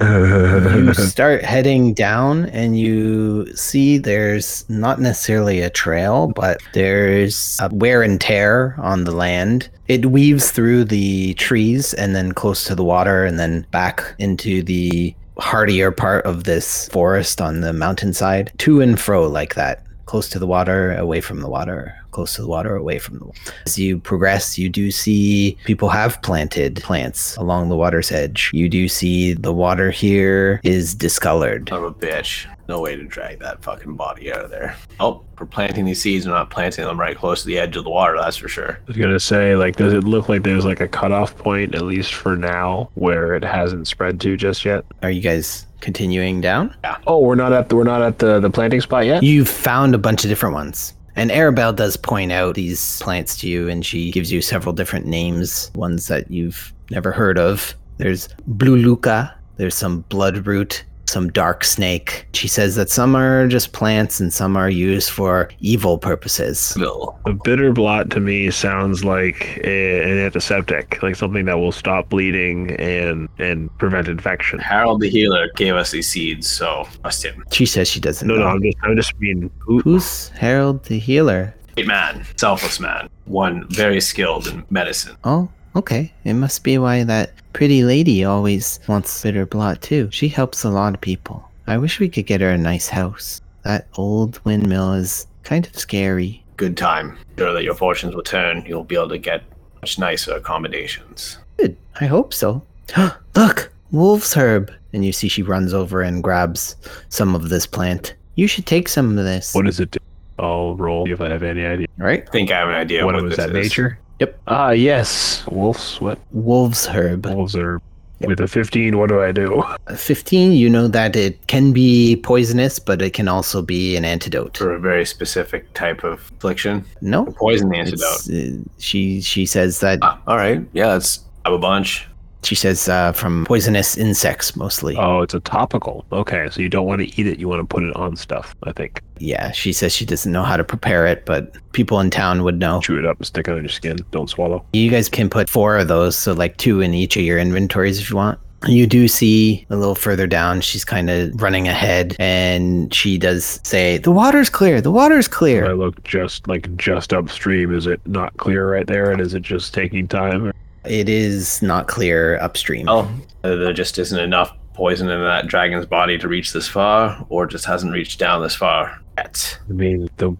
S4: you start heading down and you see there's not necessarily a trail but there's a wear and tear on the land it weaves through the trees and then close to the water and then back into the hardier part of this forest on the mountainside to and fro like that close to the water away from the water close to the water away from the water as you progress, you do see people have planted plants along the water's edge. You do see the water here is discolored.
S2: Son of a bitch. No way to drag that fucking body out of there. Oh, we're planting these seeds. We're not planting them right close to the edge of the water. That's for sure.
S3: I was gonna say, like, does it look like there's like a cutoff point, at least for now, where it hasn't spread to just yet?
S4: Are you guys continuing down?
S3: Oh, we're not at the, we're not at the the planting spot yet.
S4: You've found a bunch of different ones. And Arabelle does point out these plants to you, and she gives you several different names, ones that you've never heard of. There's blue luca, there's some bloodroot, some dark snake. She says that some are just plants and some are used for evil purposes.
S2: Bill.
S3: The bitter blot to me sounds like a, an antiseptic, like something that will stop bleeding and and prevent infection.
S2: Harold the healer gave us these seeds, so trust him.
S4: She says she doesn't
S3: No,
S4: know.
S3: no, I'm just I'm just mean. Who,
S4: Who's Harold the Healer?
S2: Great man, selfless man, one very skilled in medicine.
S4: Oh, okay. It must be why that pretty lady always wants bitter blot too. She helps a lot of people. I wish we could get her a nice house. That old windmill is kind of scary.
S2: Good time. Sure that your fortunes will turn. You'll be able to get much nicer accommodations.
S4: Good. I hope so. Look, wolf's herb. And you see she runs over and grabs some of this plant. You should take some of this.
S3: what does it do? I'll roll if I have any idea.
S4: Right?
S2: I think I have an idea
S3: what
S2: what
S3: it was
S2: this
S3: that
S2: is.
S3: nature?
S4: Yep.
S3: Ah, yes. Wolves. What?
S4: Wolf's herb.
S3: Wolves are with a 15. What do I do?
S4: 15, you know that it can be poisonous, but it can also be an antidote.
S2: For a very specific type of affliction.
S4: No,
S2: Poison the antidote.
S4: It's, uh, she she says that
S2: Ah, all right. Yeah, let's have a bunch.
S4: she says uh, from poisonous insects mostly.
S3: Oh, it's a topical. Okay, so you don't want to eat it. You want to put it on stuff. I think
S4: Yeah, she says she doesn't know how to prepare it, but people in town would know.
S3: chew it up and stick it on your skin. Don't swallow.
S4: You guys can put four of those, so like two in each of your inventories if you want. You do see a little further down, she's kind of running ahead, and she does say, "The water's clear. The water's
S3: If I
S4: clear."
S3: look just like just upstream. Is it not clear right there? And is it just taking time?
S4: It is not clear upstream.
S2: Oh, uh, there just isn't enough poison in that dragon's body to reach this far, or just hasn't reached down this far yet.
S3: I mean, the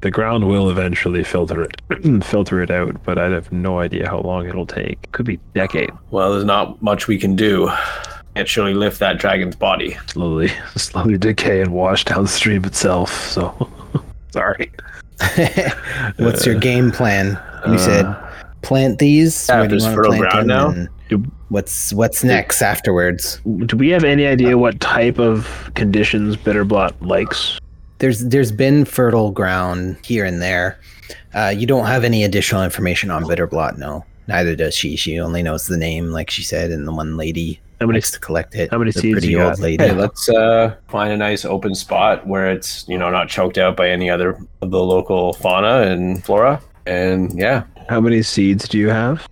S3: the ground will eventually filter it, filter it out. But I have no idea how long it'll take. Could be decade.
S2: Well, there's not much we can do. Can't surely lift that dragon's body.
S3: Slowly, slowly decay and wash downstream itself. So. Sorry.
S4: What's your game plan?
S3: Uh,
S4: You said plant these.
S2: Yeah,
S4: Where do you
S2: just
S4: wanna
S2: fertile
S4: plant
S2: ground
S4: them,
S2: now.
S4: and What's what's next afterwards?
S3: Do we have any idea what type of conditions Bitterblot likes?
S4: there's there's been fertile ground here and there. Uh, you don't have any additional information on Bitterblot, no. Neither does she. She only knows the name, like she said, and the one lady
S3: How many
S4: likes to collect it.
S3: how many
S4: the
S3: seeds
S4: pretty
S3: you
S4: old
S3: got?
S4: lady.
S2: Hey, let's uh, find a nice open spot where it's you know not choked out by any other of the local fauna and flora. And yeah,
S3: how many seeds do you have?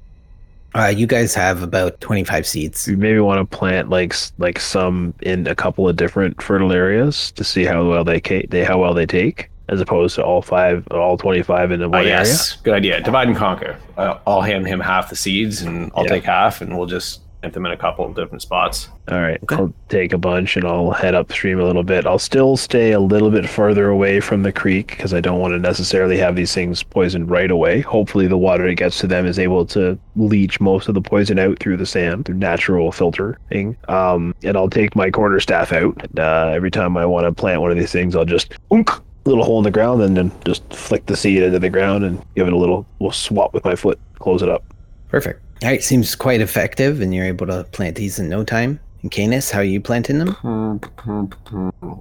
S4: Uh, you guys have about 25 seeds.
S3: You maybe want to plant like s- like some in a couple of different fertile areas to see how well they ca- they how well they take, as opposed to all five all twenty five in one
S2: oh,
S3: area.
S2: yes, good idea. Divide and conquer. Uh, I'll hand him half the seeds, and I'll
S3: Yeah.
S2: take half, and we'll just plant them in a couple of different spots.
S3: All right,
S4: Okay.
S3: I'll take a bunch and I'll head upstream a little bit. I'll still stay a little bit further away from the creek because I don't want to necessarily have these things poisoned right away. Hopefully, the water that gets to them is able to leach most of the poison out through the sand, through natural filtering. Um, and I'll take my quarter staff out. And, uh, every time I want to plant one of these things, I'll just oink, little hole in the ground and then just flick the seed into the ground and give it a little, little swap with my foot, close it up.
S4: Perfect. All right, seems quite effective, and you're able to plant these in no time. And Canis, how are you planting them?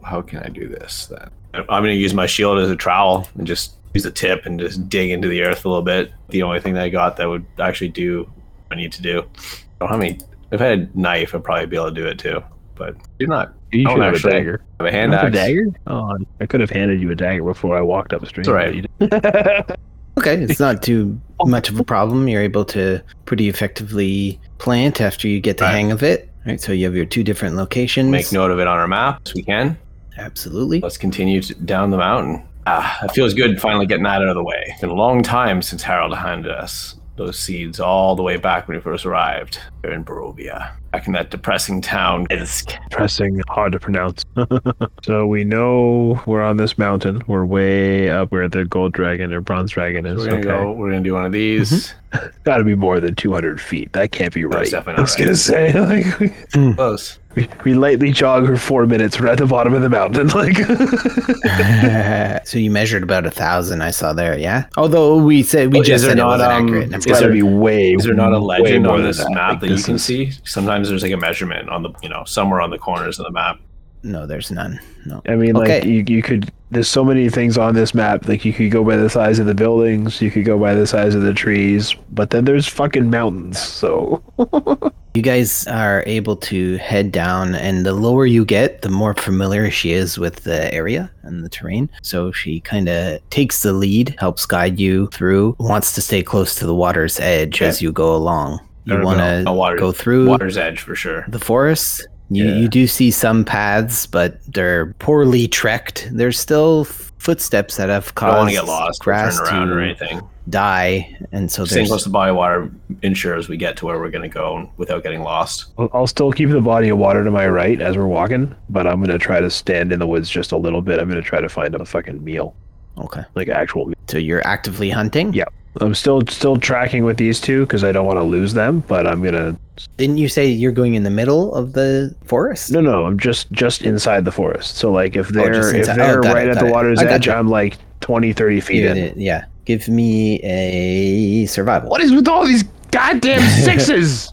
S2: How can I do this then? I'm going to use my shield as a trowel and just use the tip and just dig into the earth a little bit. The only thing that I got that would actually do what I need to do. I don't have any. If I had a knife, I'd probably be able to do it too. But do not
S3: You
S2: Oh,
S3: should have a
S2: actually.
S3: dagger.
S2: have a hand
S3: Not the
S2: axe.
S3: dagger? Oh, I could have handed you a dagger before I walked upstream.
S2: It's all right.
S4: Okay, it's not too
S2: Oh.
S4: much of a problem. You're able to pretty effectively plant after you get the
S2: Right.
S4: hang of it. All right, so you have your two different locations.
S2: Make note of it on our map as we can.
S4: Absolutely.
S2: Let's continue to, down the mountain. Ah, it feels good finally getting that out of the way. It's been a long time since Harold handed us those seeds all the way back when we first arrived here in Barovia, back in that depressing town. It's
S3: Pressing, hard to pronounce. so we know we're on this mountain. We're way up where the gold dragon or bronze dragon is.
S2: We're gonna
S3: okay.
S2: go. We're gonna do one of these.
S4: Mm-hmm.
S3: Gotta be more than 200 feet. That can't be right.
S2: definitely not
S3: I was
S2: right.
S3: gonna say, like, we-
S2: Close.
S3: we, we lightly jog for four minutes. We're at the bottom of the mountain. Like,
S4: so you measured about a thousand. I saw there. Yeah. Although we said we
S2: Oh, is
S4: just
S2: there
S4: said it
S2: not,
S4: wasn't
S2: um,
S4: accurate. and I'm
S2: is
S3: it's
S4: sorry.
S3: gotta be way.
S2: Is there not a
S3: way
S2: legend
S3: more
S2: on
S3: than
S2: this
S3: that.
S2: map
S3: Like,
S2: that you
S3: this
S2: can
S3: is-
S2: see? Sometimes there's like a measurement on the, you know, somewhere on the corners of the map.
S4: no, there's none. No.
S3: I mean, like
S4: Okay.
S3: you, you could. There's so many things on this map. Like you could go by the size of the buildings, you could go by the size of the trees, but then there's fucking mountains. So
S4: You guys are able to head down, and the lower you get, the more familiar she is with the area and the terrain. So she kind of takes the lead, helps guide you through, wants to stay close to the water's edge
S2: Okay.
S4: as you go along. You
S3: Gotta
S4: want
S2: A
S4: to
S2: water,
S4: go through
S2: water's edge for sure.
S4: the forest. You, you do see some paths, but they're poorly trekked. There's still footsteps that have
S2: I don't
S4: caused
S2: want to get lost, or
S4: grass
S2: turn around,
S4: to
S2: or anything.
S4: die, and so
S2: Staying
S4: there's
S2: close to body water ensures we get to where we're gonna go without getting lost.
S3: I'll, I'll still keep the body of water to my right as we're walking, but I'm gonna try to stand in the woods just a little bit. I'm gonna try to find a fucking meal,
S4: okay.
S3: like actual. Meal.
S4: So you're actively hunting.
S3: Yeah. I'm still still tracking with these two because I don't want to lose them, but I'm gonna.
S4: Didn't you say you're going in the middle of the forest?
S3: No, no, I'm just just inside the forest. So like if
S4: just
S3: they're if
S4: inside- oh,
S3: they're
S4: got it,
S3: right at
S4: got
S3: the
S4: it.
S3: water's
S4: I got
S3: edge,
S4: you.
S3: I'm like 20, 30 feet
S4: Yeah,
S3: in.
S4: yeah, yeah. Give me a survival.
S3: What is with all these goddamn sixes?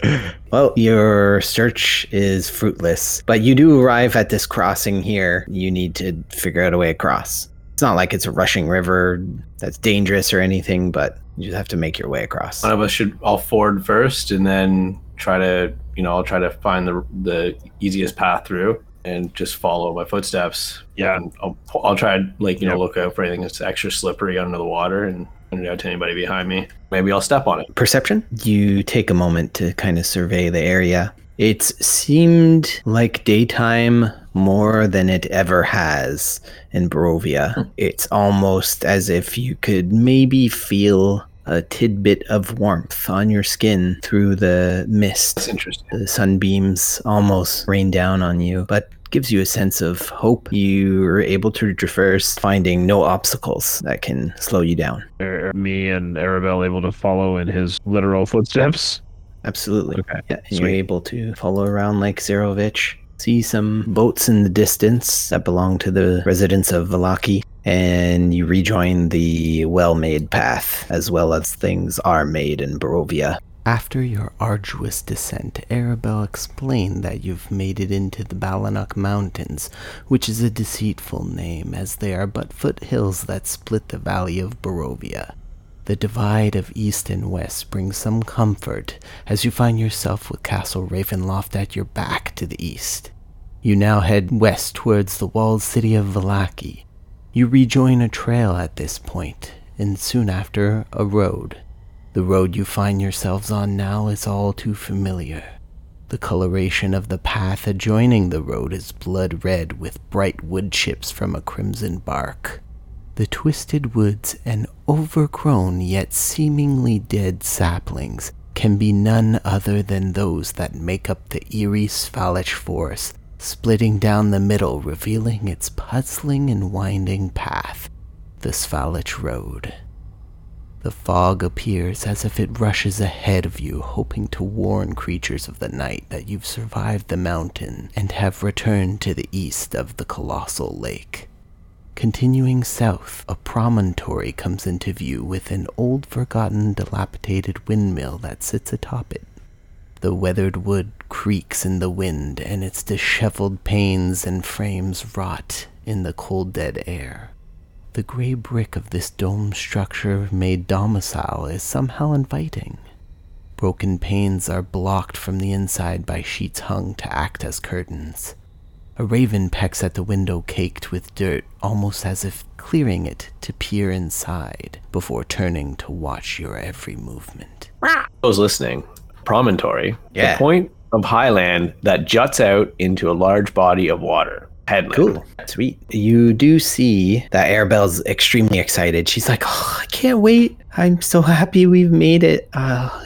S4: Well, your search is fruitless, but you do arrive at this crossing here. You need to figure out a way across. It's not like it's a rushing river that's dangerous or anything, but you just have to make your way across.
S2: One of us should all ford first, and then try to, you know, I'll try to find the the easiest path through and just follow my footsteps.
S3: yeah,
S2: And I'll, I'll try to, like, you know,
S3: Yep.
S2: look out for anything that's extra slippery under the water and point it out to anybody behind me. Maybe I'll step on it.
S4: Perception? You take a moment to kind of survey the area. It seemed like daytime more than it ever has in Barovia. It's almost as if you could maybe feel a tidbit of warmth on your skin through the mist.
S2: That's interesting.
S4: The sunbeams almost rain down on you, but gives you a sense of hope. You're able to traverse, finding no obstacles that can slow you down.
S3: are me and Arabelle able to follow in his literal footsteps?
S4: Absolutely.
S3: Okay.
S4: Yeah, and you're
S3: Sweet.
S4: able to follow around Lake Zerovich, see some boats in the distance that belong to the residents of Valaki, and you rejoin the well made path, as well as things are made in Barovia.
S1: After your arduous descent, Arabelle explained that you've made it into the Balanok Mountains, which is a deceitful name, as they are but foothills that split the valley of Barovia. The divide of east and west brings some comfort as you find yourself with Castle Ravenloft at your back to the east. You now head west towards the walled city of Valaki. You rejoin a trail at this point, and soon after, a road. The road you find yourselves on now is all too familiar. The coloration of the path adjoining the road is blood red with bright wood chips from a crimson bark. The twisted woods and overgrown yet seemingly dead saplings can be none other than those that make up the eerie Svalich forest, splitting down the middle, revealing its puzzling and winding path, the Svalich Road. The fog appears as if it rushes ahead of you, hoping to warn creatures of the night that you've survived the mountain and have returned to the east of the colossal lake. Continuing south, a promontory comes into view with an old, forgotten, dilapidated windmill that sits atop it. The weathered wood creaks in the wind, and its disheveled panes and frames rot in the cold, dead air. The gray brick of this dome structure made domicile is somehow inviting. Broken panes are blocked from the inside by sheets hung to act as curtains. A raven pecks at the window caked with dirt, almost as if clearing it to peer inside before turning to watch your every movement.
S11: Those listening, promontory,
S4: Yeah.
S11: the point of highland that juts out into a large body of water. Headland.
S4: Cool. Sweet. You do see that Arabelle's extremely excited. She's like, oh, I can't wait. I'm so happy we've made it. Uh,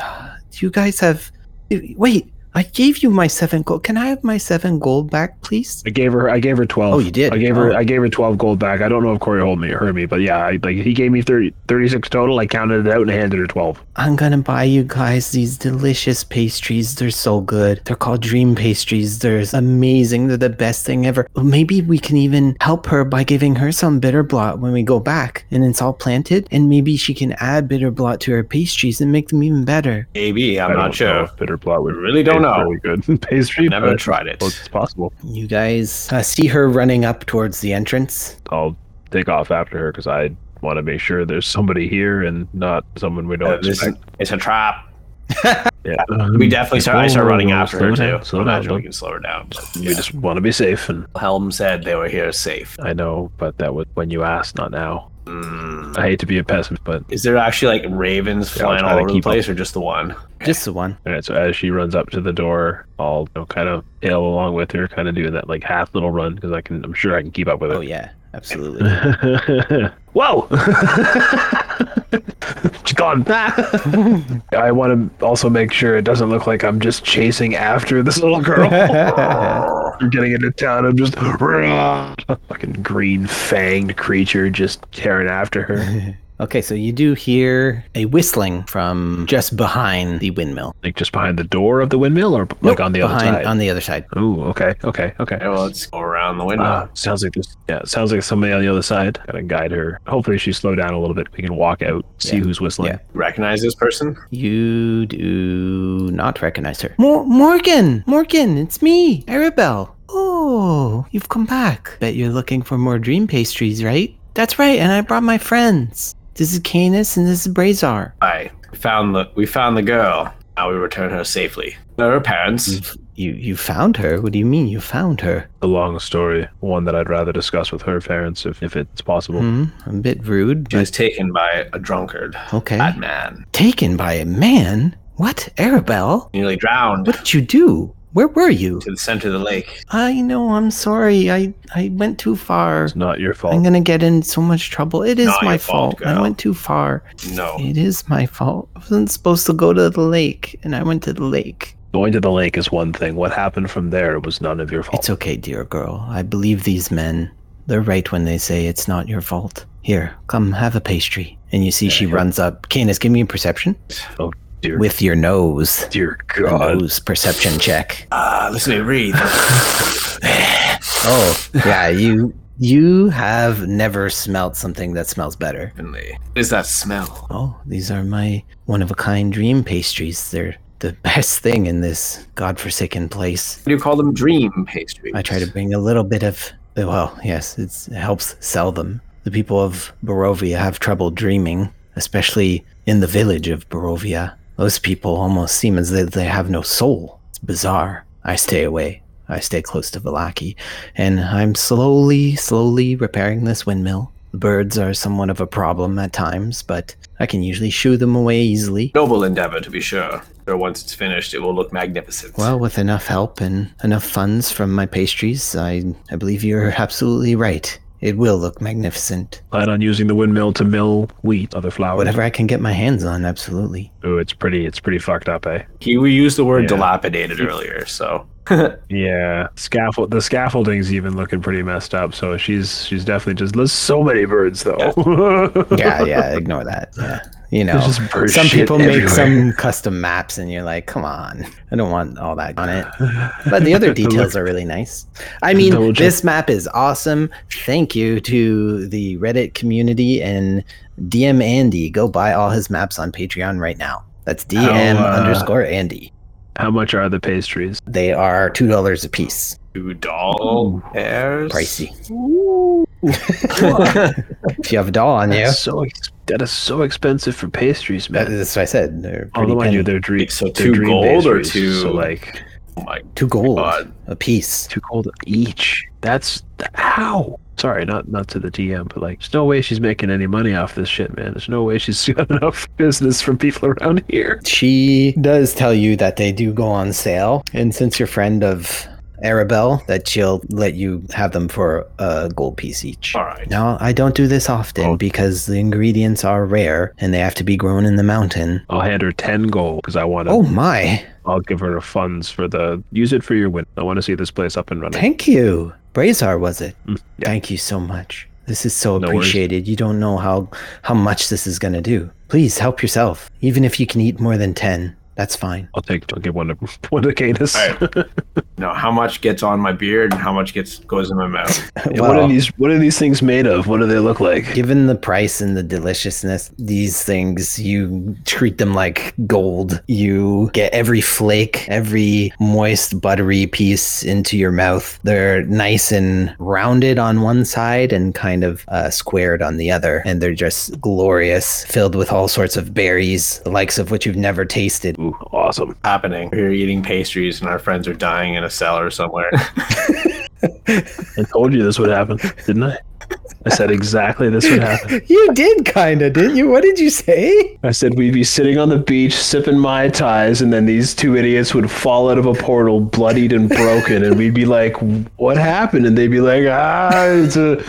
S4: uh, you guys have. Wait, I gave you my seven gold. Can I have my seven gold back, please?
S3: I gave her. I gave her twelve.
S4: Oh, you did?
S3: I gave her.
S4: Oh.
S3: I gave her twelve gold back. I don't know if Corey hold me heard me, but yeah, I, like he gave me 30, 36 total. I counted it out and handed her twelve.
S4: I'm going to buy you guys these delicious pastries. They're so good. They're called dream pastries. They're amazing. They're the best thing ever. Maybe we can even help her by giving her some bitter blot when we go back and it's all planted. And maybe she can add bitter blot to her pastries and make them even better.
S11: Maybe, I'm
S3: I don't
S11: not
S3: know
S11: sure.
S3: if Bitter plot. would-
S11: Really don't
S3: it's
S11: know.
S3: Really good pastry.
S11: Never
S3: but-
S11: tried it.
S3: Well, it's possible.
S4: You guys uh, see her running up towards the entrance.
S3: I'll take off after her because I want to make sure there's somebody here and not someone we don't
S11: Uh, this is-
S3: expect. Um,
S11: it's a trap.
S3: Yeah.
S11: We definitely start. I start running
S3: Oh,
S11: after
S3: Mm-hmm. slow
S11: her
S3: down,
S11: too.
S3: slow
S11: So I'm not
S3: down,
S11: sure we
S3: don't-
S11: can slow her down. but
S3: We just want to be safe, and
S11: Helm said they were here safe.
S3: I know, but that was when you asked, not now.
S11: Mm.
S3: I hate to be a pessimist, but
S11: Is there actually like ravens
S3: Yeah, I'll
S11: flying
S3: try
S11: all
S3: to
S11: over the
S3: keep up.
S11: place, or just the one?
S4: Just the one.
S3: All right, so as she runs up to the door, I'll you know, kind of tail along with her, kind of doing that like half little run because I can, I'm sure I can keep up with
S4: Oh,
S3: it.
S4: yeah, absolutely. Oh,
S3: Whoa! She's gone. I want to also make sure it doesn't look like I'm just chasing after this little girl. I'm getting into town. I'm just fucking green fanged creature just tearing after
S4: Mm-hmm.
S3: her,
S4: okay, so you do hear a whistling from just behind the windmill.
S3: like just behind the door of the windmill, or like on the
S4: behind,
S3: other side.
S4: On the other side.
S3: Ooh, okay, okay, okay.
S11: Okay, well, let's go around the window.
S4: uh,
S3: Ah, sounds like this. Yeah, sounds like somebody on the other side. Gotta guide her. Hopefully, she slow down a little bit. We can walk out, see
S4: Yeah.
S3: who's whistling.
S4: Yeah.
S11: Recognize this person?
S4: You do not recognize her. Mor- Morgan! Morgan, it's me, Arabelle. Oh, you've come back. Bet you're looking for more dream pastries, right? That's right, and I brought my friends. This is Canis and this is Brazar.
S11: I found the. We found the girl. Now we return her safely. There are parents.
S3: Mm-hmm.
S4: You you found her? What do you mean you found her?
S3: A long story, one that I'd rather discuss with her parents if, if it's possible.
S4: Hmm, a bit rude,
S11: She was
S4: but
S11: taken by a drunkard,
S3: Eh?
S4: okay.
S11: bad man,
S4: Taken by a man? What, Arabelle?
S11: nearly drowned
S4: What did you do? Where were you?
S11: to the center of the lake.
S4: I know, I'm sorry. I, I went too far.
S3: It's not your fault.
S4: I'm gonna get in so much trouble. It is
S11: Not
S4: my
S11: your fault,
S4: fault. I
S11: girl.
S4: went too far.
S3: Eh.
S11: No,
S4: It is my fault. I wasn't supposed to go to the lake, and I went to the lake.
S3: Going to the lake is one thing. What happened from there was none of your fault.
S4: It's okay, dear girl. I believe these men. They're right when they say it's not your fault. Here, come have a pastry. And you see she runs up. Canis, give me a perception.
S3: Oh, dear.
S4: With your nose.
S3: Dear
S4: A
S3: God.
S4: Nose perception check.
S11: uh, listen to me breathe.
S4: Oh, yeah, you You have never smelled something that smells better.
S2: Heavenly. What is that smell?
S4: Oh, these are my one of a kind dream pastries. They're the best thing in this godforsaken place.
S2: Do you call them dream pastries?
S4: I try to bring a little bit of. Well, yes, it's, it helps sell them. The people of Barovia have trouble dreaming, especially in the village of Barovia. Those people almost seem as though they have no soul. It's bizarre. I stay away. I stay close to Velaki, and I'm slowly, slowly repairing this windmill. The birds are somewhat of a problem at times, but I can usually shoo them away easily.
S2: Noble endeavor, to be sure. But once it's finished, it will look magnificent.
S4: Well, with enough help and enough funds from my pastries, I, I believe you're absolutely right. It will look magnificent.
S3: Plan on using the windmill to mill wheat, other flour.
S4: Whatever I can get my hands on, absolutely.
S3: Ooh, it's pretty. It's pretty fucked up, eh?
S2: He, we used the word
S3: Yeah.
S2: dilapidated earlier, so
S3: Yeah, scaffold. The scaffolding's even looking pretty messed up. So she's she's definitely just. There's so many birds though.
S4: Yeah, yeah, ignore that. Yeah. You know,
S3: There's just bird
S4: some
S3: shit
S4: people make
S3: everywhere.
S4: some custom maps and you're like, come on, I don't want all that on it. But the other details are really nice. I mean,
S3: Indulgent.
S4: this map is awesome. Thank you to the Reddit community and DM Andy. Go buy all his maps on Patreon right now. That's DM
S3: How, uh,
S4: underscore Andy.
S3: How much are the pastries?
S4: They are two dollars a piece.
S2: two doll pairs.
S4: Pricey. if you have a doll on you,
S3: That's so ex- that is so expensive for pastries,
S4: that-
S3: man.
S4: that's what I said. They're pretty
S3: Although mind you,
S4: penny.
S3: they're dream.
S2: So
S3: they're
S2: two
S3: dream
S2: gold or
S3: pastries,
S2: two-
S3: So like
S2: Oh my
S4: two gold
S2: god.
S4: a piece.
S3: two gold each. That's th- how. Sorry, not not to the DM, but like, there's no way she's making any money off this shit, man. There's no way she's got enough business from people around here.
S4: She does tell you that they do go on sale, and since you're friend of Arabelle, that she'll let you have them for a gold piece each.
S2: All right.
S4: Now, I don't do this often because the ingredients are rare and they have to be grown in the mountain.
S3: I'll hand her ten gold because I want to.
S4: Oh my!
S3: I'll give her funds for the use it for your win. I want to see this place up and running.
S4: Thank you. Brazar was it?
S3: Mm, yeah.
S4: Thank you so much. This is so
S3: No worries.
S4: appreciated. You don't know how how much this is going to do. Please help yourself. Even if you can eat more than 10, that's fine.
S3: I'll take. I'll give one to one to Canis.
S2: All right. now, how much gets on my beard and how much gets goes in my mouth?
S3: what
S4: Well-
S3: are these? What are these things made of? What do they look like?
S4: Given the price and the deliciousness, these things, you treat them like gold. You get every flake, every moist, buttery piece into your mouth. They're nice and rounded on one side and kind of uh, squared on the other. And they're just glorious, filled with all sorts of berries, the likes of which you've never tasted.
S3: Ooh, awesome.
S2: Happening. We're eating pastries and our friends are dying in a cellar somewhere.
S3: I told you this would happen, didn't I? I said exactly this would happen.
S4: You did kind of, didn't you? What did you say?
S3: I said we'd be sitting on the beach sipping mai tais, and then these two idiots would fall out of a portal, bloodied and broken, and we'd be like, "What happened?" And they'd be like, "Ah, it's a,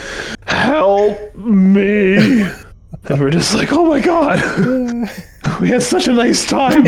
S3: help me!" And we're just like, "Oh my god, we had such a nice time."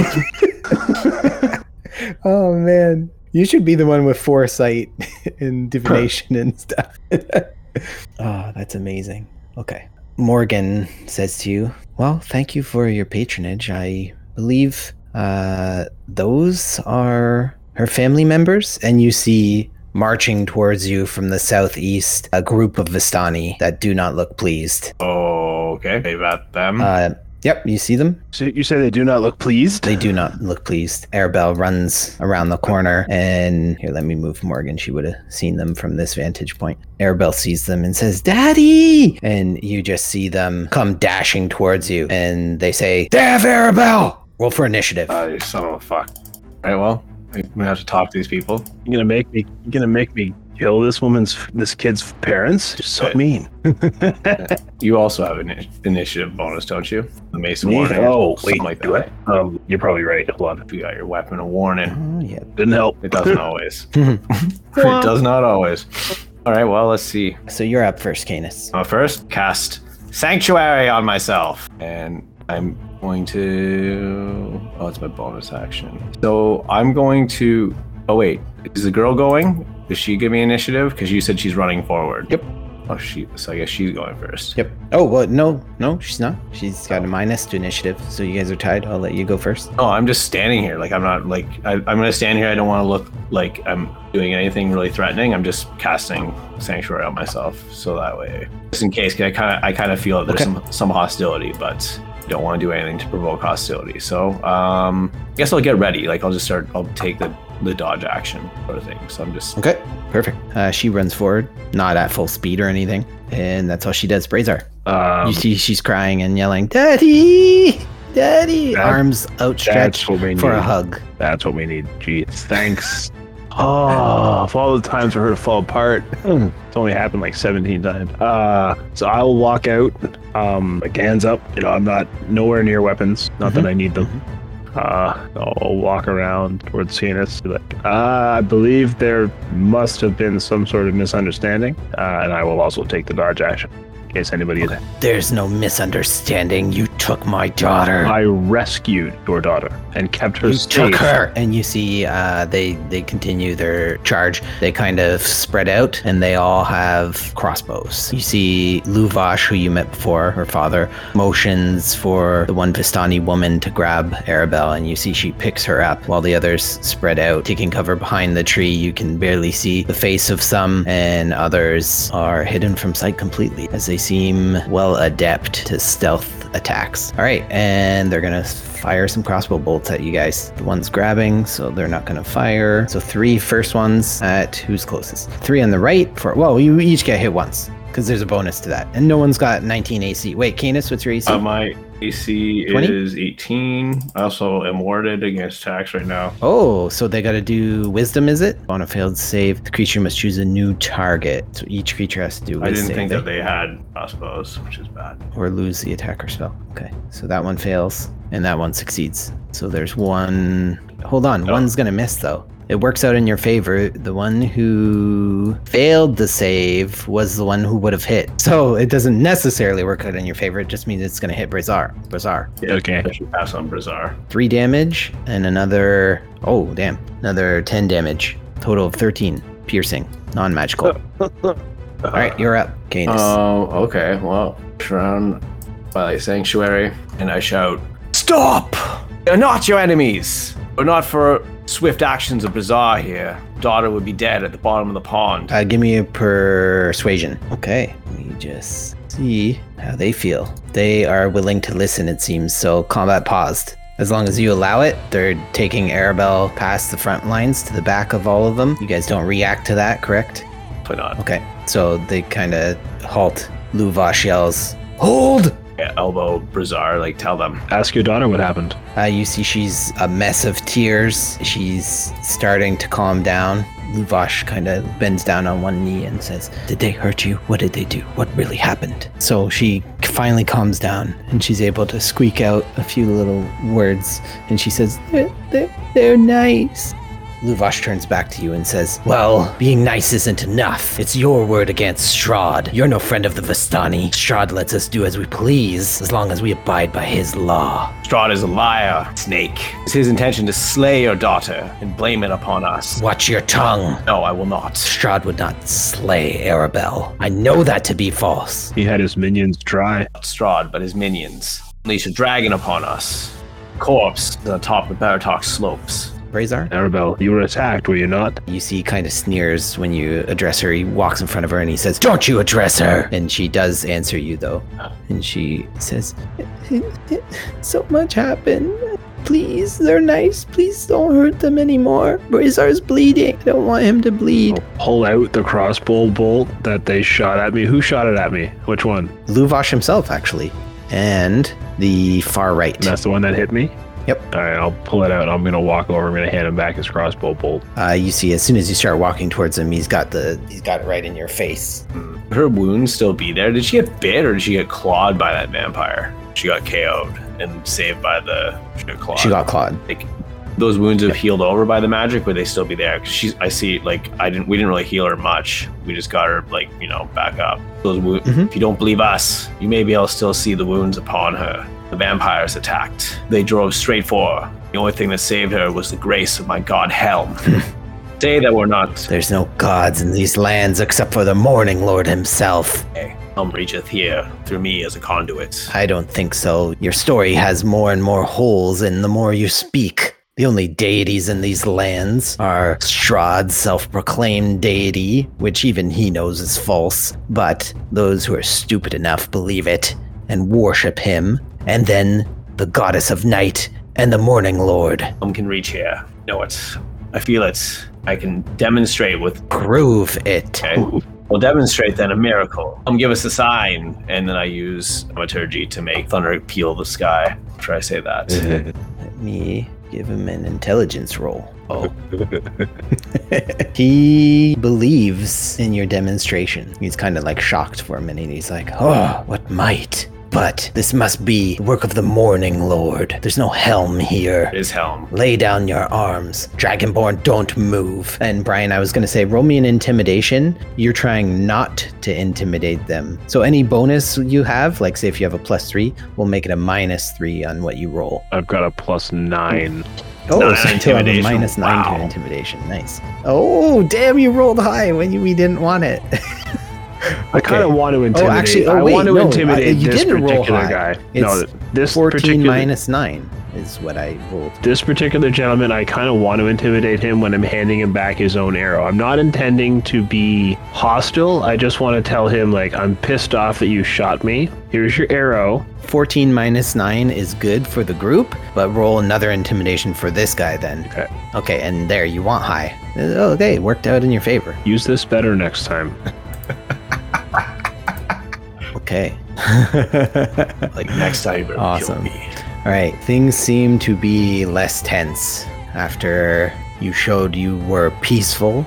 S4: Oh, man. You should be the one with foresight and divination and stuff. oh, that's amazing. Okay. Morgan says to you, Well, thank you for your patronage. I believe uh, those are her family members. And you see marching towards you from the southeast a group of Vistani that do not look pleased.
S2: Oh, okay. They've at them.
S4: Uh, yep, you see them?
S3: So you say they do not look pleased?
S4: They do not look pleased. Arabelle runs around the corner and here, let me move Morgan. She would have seen them from this vantage point. Arabelle sees them and says, Daddy! And you just see them come dashing towards you and they say, Dev Arabelle! Roll for initiative.
S2: Ah, you son of a fuck. All right. Well, I'm gonna have to talk to these people.
S3: You're gonna make me. You're gonna make me kill this woman's, this kid's parents. You're so mean.
S2: You also have an ini- initiative bonus, don't you? The Mason
S3: Me?
S2: warning.
S3: Oh,
S2: something
S3: wait,
S2: like
S3: do
S2: that.
S3: Um, you're probably right. Hold on.
S2: If you got your weapon of warning,
S4: Oh, yeah.
S3: Didn't help.
S2: it doesn't always. it does not always. All right. Well, let's see.
S4: So you're up first, Canis.
S2: Uh, first, cast Sanctuary on myself. And I'm going to. Oh, it's my bonus action. So I'm going to. Oh, wait. Is the girl going? Does she give me initiative? Because you said she's running forward.
S4: Yep.
S2: Oh, she. So I guess she's going first.
S4: Yep. Oh, well, no, no, she's not. She's got a minus to initiative, so you guys are tied. I'll let you go first.
S2: Oh, I'm just standing here. Like I'm not like I, I'm gonna stand here. I don't want to look like I'm doing anything really threatening. I'm just casting sanctuary on myself, so that way, just in case, 'cause I kind of I kind of feel that there's some some hostility, but I don't want to do anything to provoke hostility. So um, I guess I'll get ready. Like I'll just start. I'll take the the dodge action sort of thing. So I'm just
S4: Okay, perfect. Uh, she runs forward, not at full speed or anything, and that's all she does. Brazar.
S3: Um,
S4: you see, she's crying and yelling, "Daddy, Daddy!"
S3: That-
S4: Arms outstretched
S3: that's what we
S4: for a
S3: need.
S4: hug.
S3: That's what we need. Jeez, thanks. Oh, of all the times for her to fall apart, Hmm, it's only happened like 17 times. Uh, so I will walk out, um, like hands up. You know, I'm not nowhere near weapons. Not
S4: Mm-hmm.
S3: that I need them. Uh, I'll walk around towards Cenas. be Like, uh, I believe there must have been some sort of misunderstanding, uh, and I will also take the dodge action in case anybody is.
S4: There's no misunderstanding. You took my daughter.
S3: I rescued your daughter and kept her
S4: You
S3: safe.
S4: took her. And you see, uh, they they continue their charge. They kind of spread out, and they all have crossbows. You see, Luvash, who you met before, her father, motions for the one Vistani woman to grab Arabelle, and you see she picks her up while the others spread out, taking cover behind the tree. You can barely see the face of some, and others are hidden from sight completely as they seem well adept to stealth attacks. All right, and they're gonna fire some crossbow bolts at you guys. The one's grabbing, so they're not gonna fire. So three first ones at who's closest. Three on the right for well, you each get hit once because there's a bonus to that, and no one's got 19 AC. Wait, Canis, what's your AC?
S2: Uh, my AC
S4: 20?
S2: is 18. I also am warded against attacks right now.
S4: Oh, so they got to do wisdom, is it? On a failed save, the creature must choose a new target. So each creature has to do
S2: I
S4: wisdom.
S2: didn't think that they had crossbows, which is bad.
S4: or lose the attacker spell. Okay, so that one fails, and that one succeeds. So there's one. Hold on, one's gonna miss though. It works out in your favor. The one who failed the save was the one who would have hit. So it doesn't necessarily work out in your favor. It just means it's gonna hit Brazar. Brazar,
S3: Okay.
S2: I should pass on Brazar.
S4: three damage and another. Oh damn, another ten damage. Total of thirteen piercing, non-magical. All right, you're up, Canis.
S2: Um, okay, well, surround Twilight Sanctuary, and I shout, Stop! They're not your enemies! But not for swift actions of Bazaar here. Daughter would be dead at the bottom of the pond.
S4: Uh, give me a persuasion. Okay. Let me just see how they feel. They are willing to listen, it seems, so combat paused. As long as you allow it, they're taking Arabelle past the front lines to the back of all of them. You guys don't react to that, correct?
S2: Probably not.
S4: Okay. So they kind of halt. Luvash yells, Hold!
S2: Yeah, elbow Brazar, like tell them.
S3: Ask your daughter what happened.
S4: Uh, you see, she's a mess of tears. She's starting to calm down. Luvash kind of bends down on one knee and says, Did they hurt you? What did they do? What really happened? So she finally calms down and she's able to squeak out a few little words. And she says, They're, they're, they're nice. Luvash turns back to you and says, Well, being nice isn't enough. It's your word against Strahd. You're no friend of the Vistani. Strahd lets us do as we please as long as we abide by his law.
S2: Strahd is a liar, snake. It's his intention to slay your daughter and blame it upon us.
S4: Watch your tongue.
S2: No, I will not.
S4: Strahd would not slay Arabelle. I know that to be false.
S3: He had his minions try.
S2: not Strahd, but his minions. Unleash a dragon upon us. Corpse on top of Baratok slopes.
S4: Brazar?
S3: Arabelle, you were attacked, were you not?
S4: You see, he kind of sneers when you address her. He walks in front of her and he says, Don't you address her! And she does answer you, though. And she says, So much happened. Please, they're nice. Please don't hurt them anymore. Brazar's bleeding. I don't want him to bleed.
S3: Pull out the crossbow bolt that they shot at me. Who shot it at me? Which one?
S4: Luvash himself, actually. And the far right.
S3: And that's the one that hit me?
S4: Yep.
S3: All right, I'll pull it out. I'm going to walk over. I'm going to hand him back his crossbow bolt.
S4: Uh, you see, as soon as you start walking towards him, he's got the he's got it right in your face.
S2: Would her wound still be there? Did she get bit or did she get clawed by that vampire? She got KO'd and saved by the she got clawed.
S4: She got clawed.
S2: like those wounds have healed over by the magic, would they still be there? 'Cause She's I see like I didn't we didn't really heal her much. We just got her like you know back up. Those wo-
S4: Mhm.
S2: If you don't believe us, you may be able to still see the wounds upon her. The vampires attacked. They drove straight for her. The only thing that saved her was the grace of my god Helm.
S4: Mm-hmm.
S13: Say that we're not.
S4: There's no gods in these lands except for the Morning Lord himself.
S2: Helm reacheth here through me as a conduit.
S4: I don't think so. Your story has more and more holes in the more you speak. The only deities in these lands are Strahd's self proclaimed deity, which even he knows is false, but those who are stupid enough believe it and worship him, and then the goddess of night and the morning lord.
S2: Helm can reach here. Know it. I feel it. I can demonstrate with.
S4: Prove it.
S2: Okay. We'll demonstrate then a miracle. Helm, give us a sign, and then I use thaumaturgy to make thunder peel the sky. After I say that,
S4: Let me give him an intelligence roll. Oh. he believes in your demonstration. He's kind of like shocked for a minute. He's like, oh, what might? But this must be the work of the Morning Lord. There's no helm here.
S2: it is Helm.
S4: Lay down your arms. Dragonborn, don't move. And Brian, I was going to say, roll me an intimidation. You're trying not to intimidate them. So any bonus you have, like say if you have a plus three, we'll make it a minus three on what you roll.
S3: I've got a plus nine.
S4: Oh,
S2: Nine
S4: so you have a
S2: intimidation.
S4: minus nine to
S2: Wow.
S4: intimidation. Nice. Oh, damn! You rolled high when you, we didn't want it.
S3: I kind of want to intimidate.
S4: actually- oh,
S3: I
S4: wait,
S3: want to
S4: no, I-
S3: intimidate
S4: you
S3: this
S4: didn't roll
S3: particular
S4: high.
S3: guy. no,
S4: It's
S3: this
S4: Fourteen
S3: particular
S4: minus nine is what I rolled.
S3: this particular gentleman. I kind of want to intimidate him when I'm handing him back his own arrow. I'm not intending to be hostile. I just want to tell him like I'm pissed off that you shot me. Here's your arrow.
S4: Fourteen minus nine is good for the group, but roll another intimidation for this guy then.
S3: Okay.
S4: Okay, and there you want high. Uh, Okay, worked out in your favor.
S3: Use this better next time.
S4: Okay.
S2: Like next time, you better kill
S4: Awesome.
S2: me.
S4: All right, things seem to be less tense after you showed you were peaceful.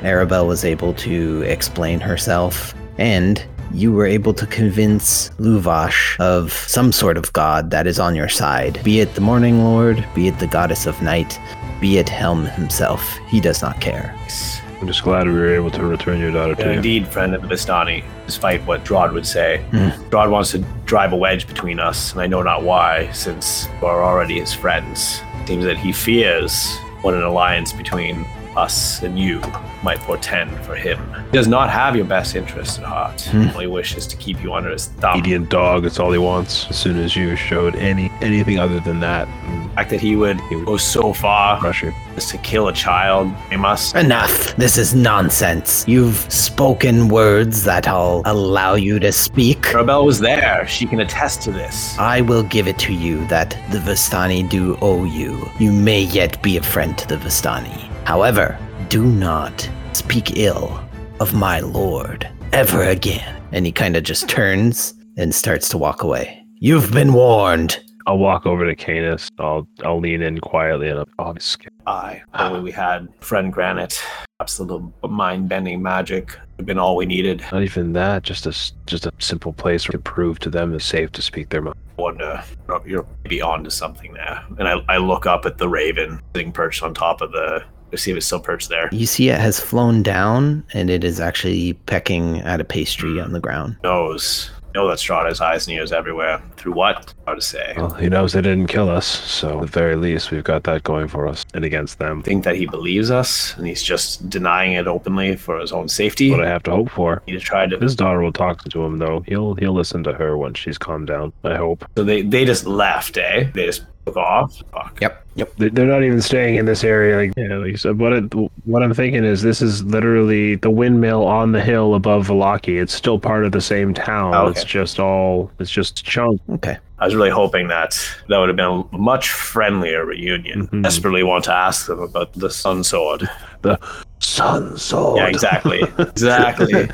S4: Arabelle was able to explain herself, and you were able to convince Luvash of some sort of god that is on your side, be it the Morning Lord, be it the Goddess of Night, be it Helm himself. He does not care.
S3: I'm just glad we were able to return your daughter
S2: And
S3: to you.
S2: indeed, friend of the Vistani, despite what Drod would say,
S4: Hmm.
S2: Drod wants to drive a wedge between us, and I know not why, since we're already his friends. Seems that he fears what an alliance between us and you might portend for him. He does not have your best interest at heart. He only wishes to keep you under his thumb.
S3: Obedient dog. That's all he wants. As soon as you showed any anything other than that,
S2: The fact that he would go so far
S3: crush you.
S2: as to kill a child, they must.
S4: Enough! This is nonsense. You've spoken words that I'll allow you to speak.
S2: Arabelle was there. She can attest to this.
S4: I will give it to you that the Vistani do owe you. You may yet be a friend to the Vistani. However, do not speak ill of my lord ever again. And he kind of just turns and starts to walk away. You've been warned.
S3: I'll walk over to Canis. I'll I'll lean in quietly and I'll, I'll be scared.
S2: I only we had friend granite, absolute mind-bending magic. Have been all we needed.
S3: Not even that. Just a s- just a simple place to prove to them it's safe to speak their mind.
S2: Wonder you're maybe onto something there. And I, I look up at the raven sitting perched on top of the. To see if it's still perched there.
S4: You see, it has flown down and it is actually pecking at a pastry on the ground.
S2: Knows. Know that Strada's eyes and ears everywhere. Through what? Hard to say.
S3: Well, he knows they didn't kill us, so at the very least we've got that going for us and against them.
S2: Think that he believes us, and he's just denying it openly for his own safety.
S3: What I have to hope for.
S2: He just tried to
S3: His daughter will talk to him though. He'll he'll listen to her once she's calmed down. I hope.
S2: So they they just left, eh? They just took off. Fuck.
S4: Yep. Yep.
S3: They- They're not even staying in this area. Like, yeah, like so what it, what I'm thinking is this is literally the windmill on the hill above Velaki. It's still part of the same town.
S2: Oh,
S3: It's
S2: okay.
S3: just all it's just chunk.
S4: Okay.
S2: I was really hoping that that would have been a much friendlier reunion.
S3: Mhm.
S2: Desperately want to ask them about the Sun Sword.
S3: Sun sword.
S2: Yeah, exactly, exactly.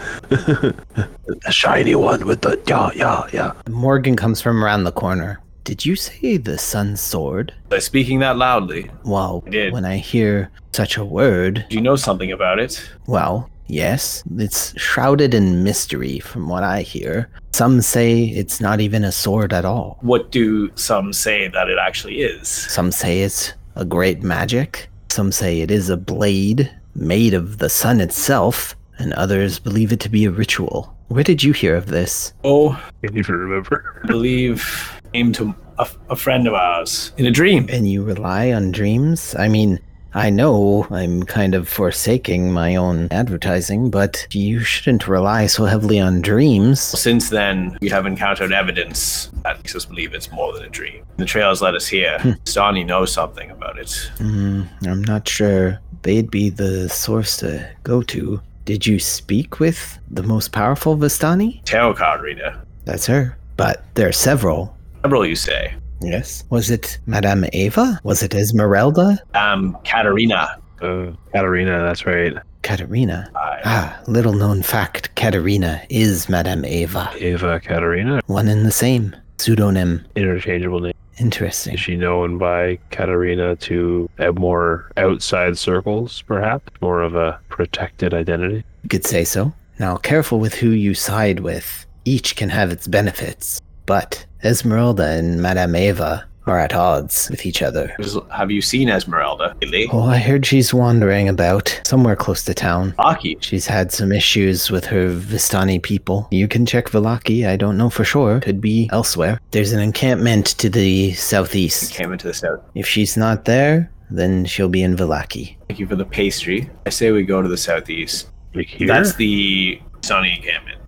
S3: the shiny one with the yeah yeah yeah.
S4: Morgan comes from around the corner. Did you say the sun sword?
S2: By speaking that loudly,
S4: Well,
S2: I did.
S4: when I hear such a word,
S2: do you know something about it?
S4: Well, yes, it's shrouded in mystery from what I hear. Some say it's not even a sword at all.
S2: What do some say that it actually is?
S4: Some say it's a great magic. Some say it is a blade made of the sun itself, and others believe it to be a ritual. Where did you hear of this?
S2: Oh,
S3: I can't even remember.
S2: I believe came to a, a friend of ours in a dream.
S4: And you rely on dreams? I mean, I know I'm kind of forsaking my own advertising, but you shouldn't rely so heavily on dreams.
S2: Since then, we have encountered evidence that makes us believe it's more than a dream. The trails led us here. Stani knows something about it.
S4: Mm, I'm not sure they'd be the source to go to. Did you speak with the most powerful Vistani?
S2: Tarot card reader.
S4: That's her. But there are several.
S2: Several, you say.
S4: Yes. Was it Madame Ava? Was it Esmeralda?
S2: Um, Katerina.
S3: Uh, Katarina, that's right.
S4: Katerina.
S2: I,
S4: Ah, little known fact Katerina is Madame Ava.
S3: Ava Katarina,
S4: One and the same. Pseudonym.
S3: interchangeable name.
S4: Interesting.
S3: Is she known by Katarina to uh, more outside circles, perhaps? More of a protected identity?
S4: You could say so. Now, careful with who you side with. Each can have its benefits. But Esmeralda and Madame Ava are at odds with each other.
S2: have you seen Esmeralda lately?
S4: Oh, I heard she's wandering about somewhere close to town.
S2: Aki.
S4: She's had some issues with her Vistani people. You can check Velaki, I don't know for sure. Could be elsewhere. There's an encampment to the southeast.
S2: Came into the south.
S4: If she's not there, then she'll be in Velaki.
S2: Thank you for the pastry. I say we go to the southeast.
S3: Like here?
S2: That's the Vistani encampment.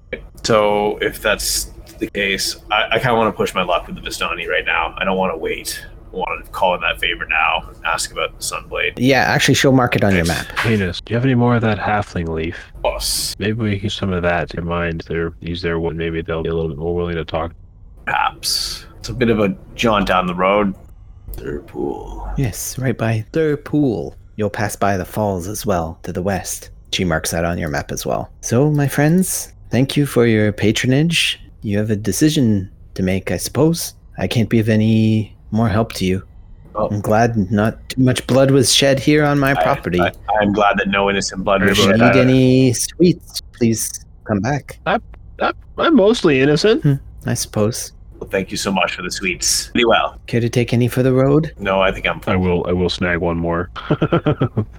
S2: So if that's the case, I, I kind of want to push my luck with the Vistani right now. I don't want to wait. I want to call in that favor now. Ask about the Sunblade.
S4: Yeah, actually, she'll mark it on your map.
S3: Venus, do you have any more of that halfling leaf?
S2: Boss,
S3: Maybe we can use some of that to mind their use their one. Maybe they'll be a little bit more willing to talk.
S2: perhaps it's a bit of a jaunt down the road. Third pool.
S4: Yes, right by their pool. You'll pass by the falls as well to the west. She marks that on your map as well. So, my friends, thank you for your patronage. You have a decision to make, I suppose. I can't be of any more help to you.
S2: Oh.
S4: I'm glad not too much blood was shed here on my
S2: I-
S4: property.
S2: I, am glad that no innocent blood was
S4: if you
S2: shed.
S4: need any sweets, please come back,
S3: I'm mostly innocent.
S4: I suppose.
S2: Well, thank you so much for the sweets. Pretty well.
S4: Care to take any for the road?
S2: No, I think I'm.
S3: I will. I will snag one more.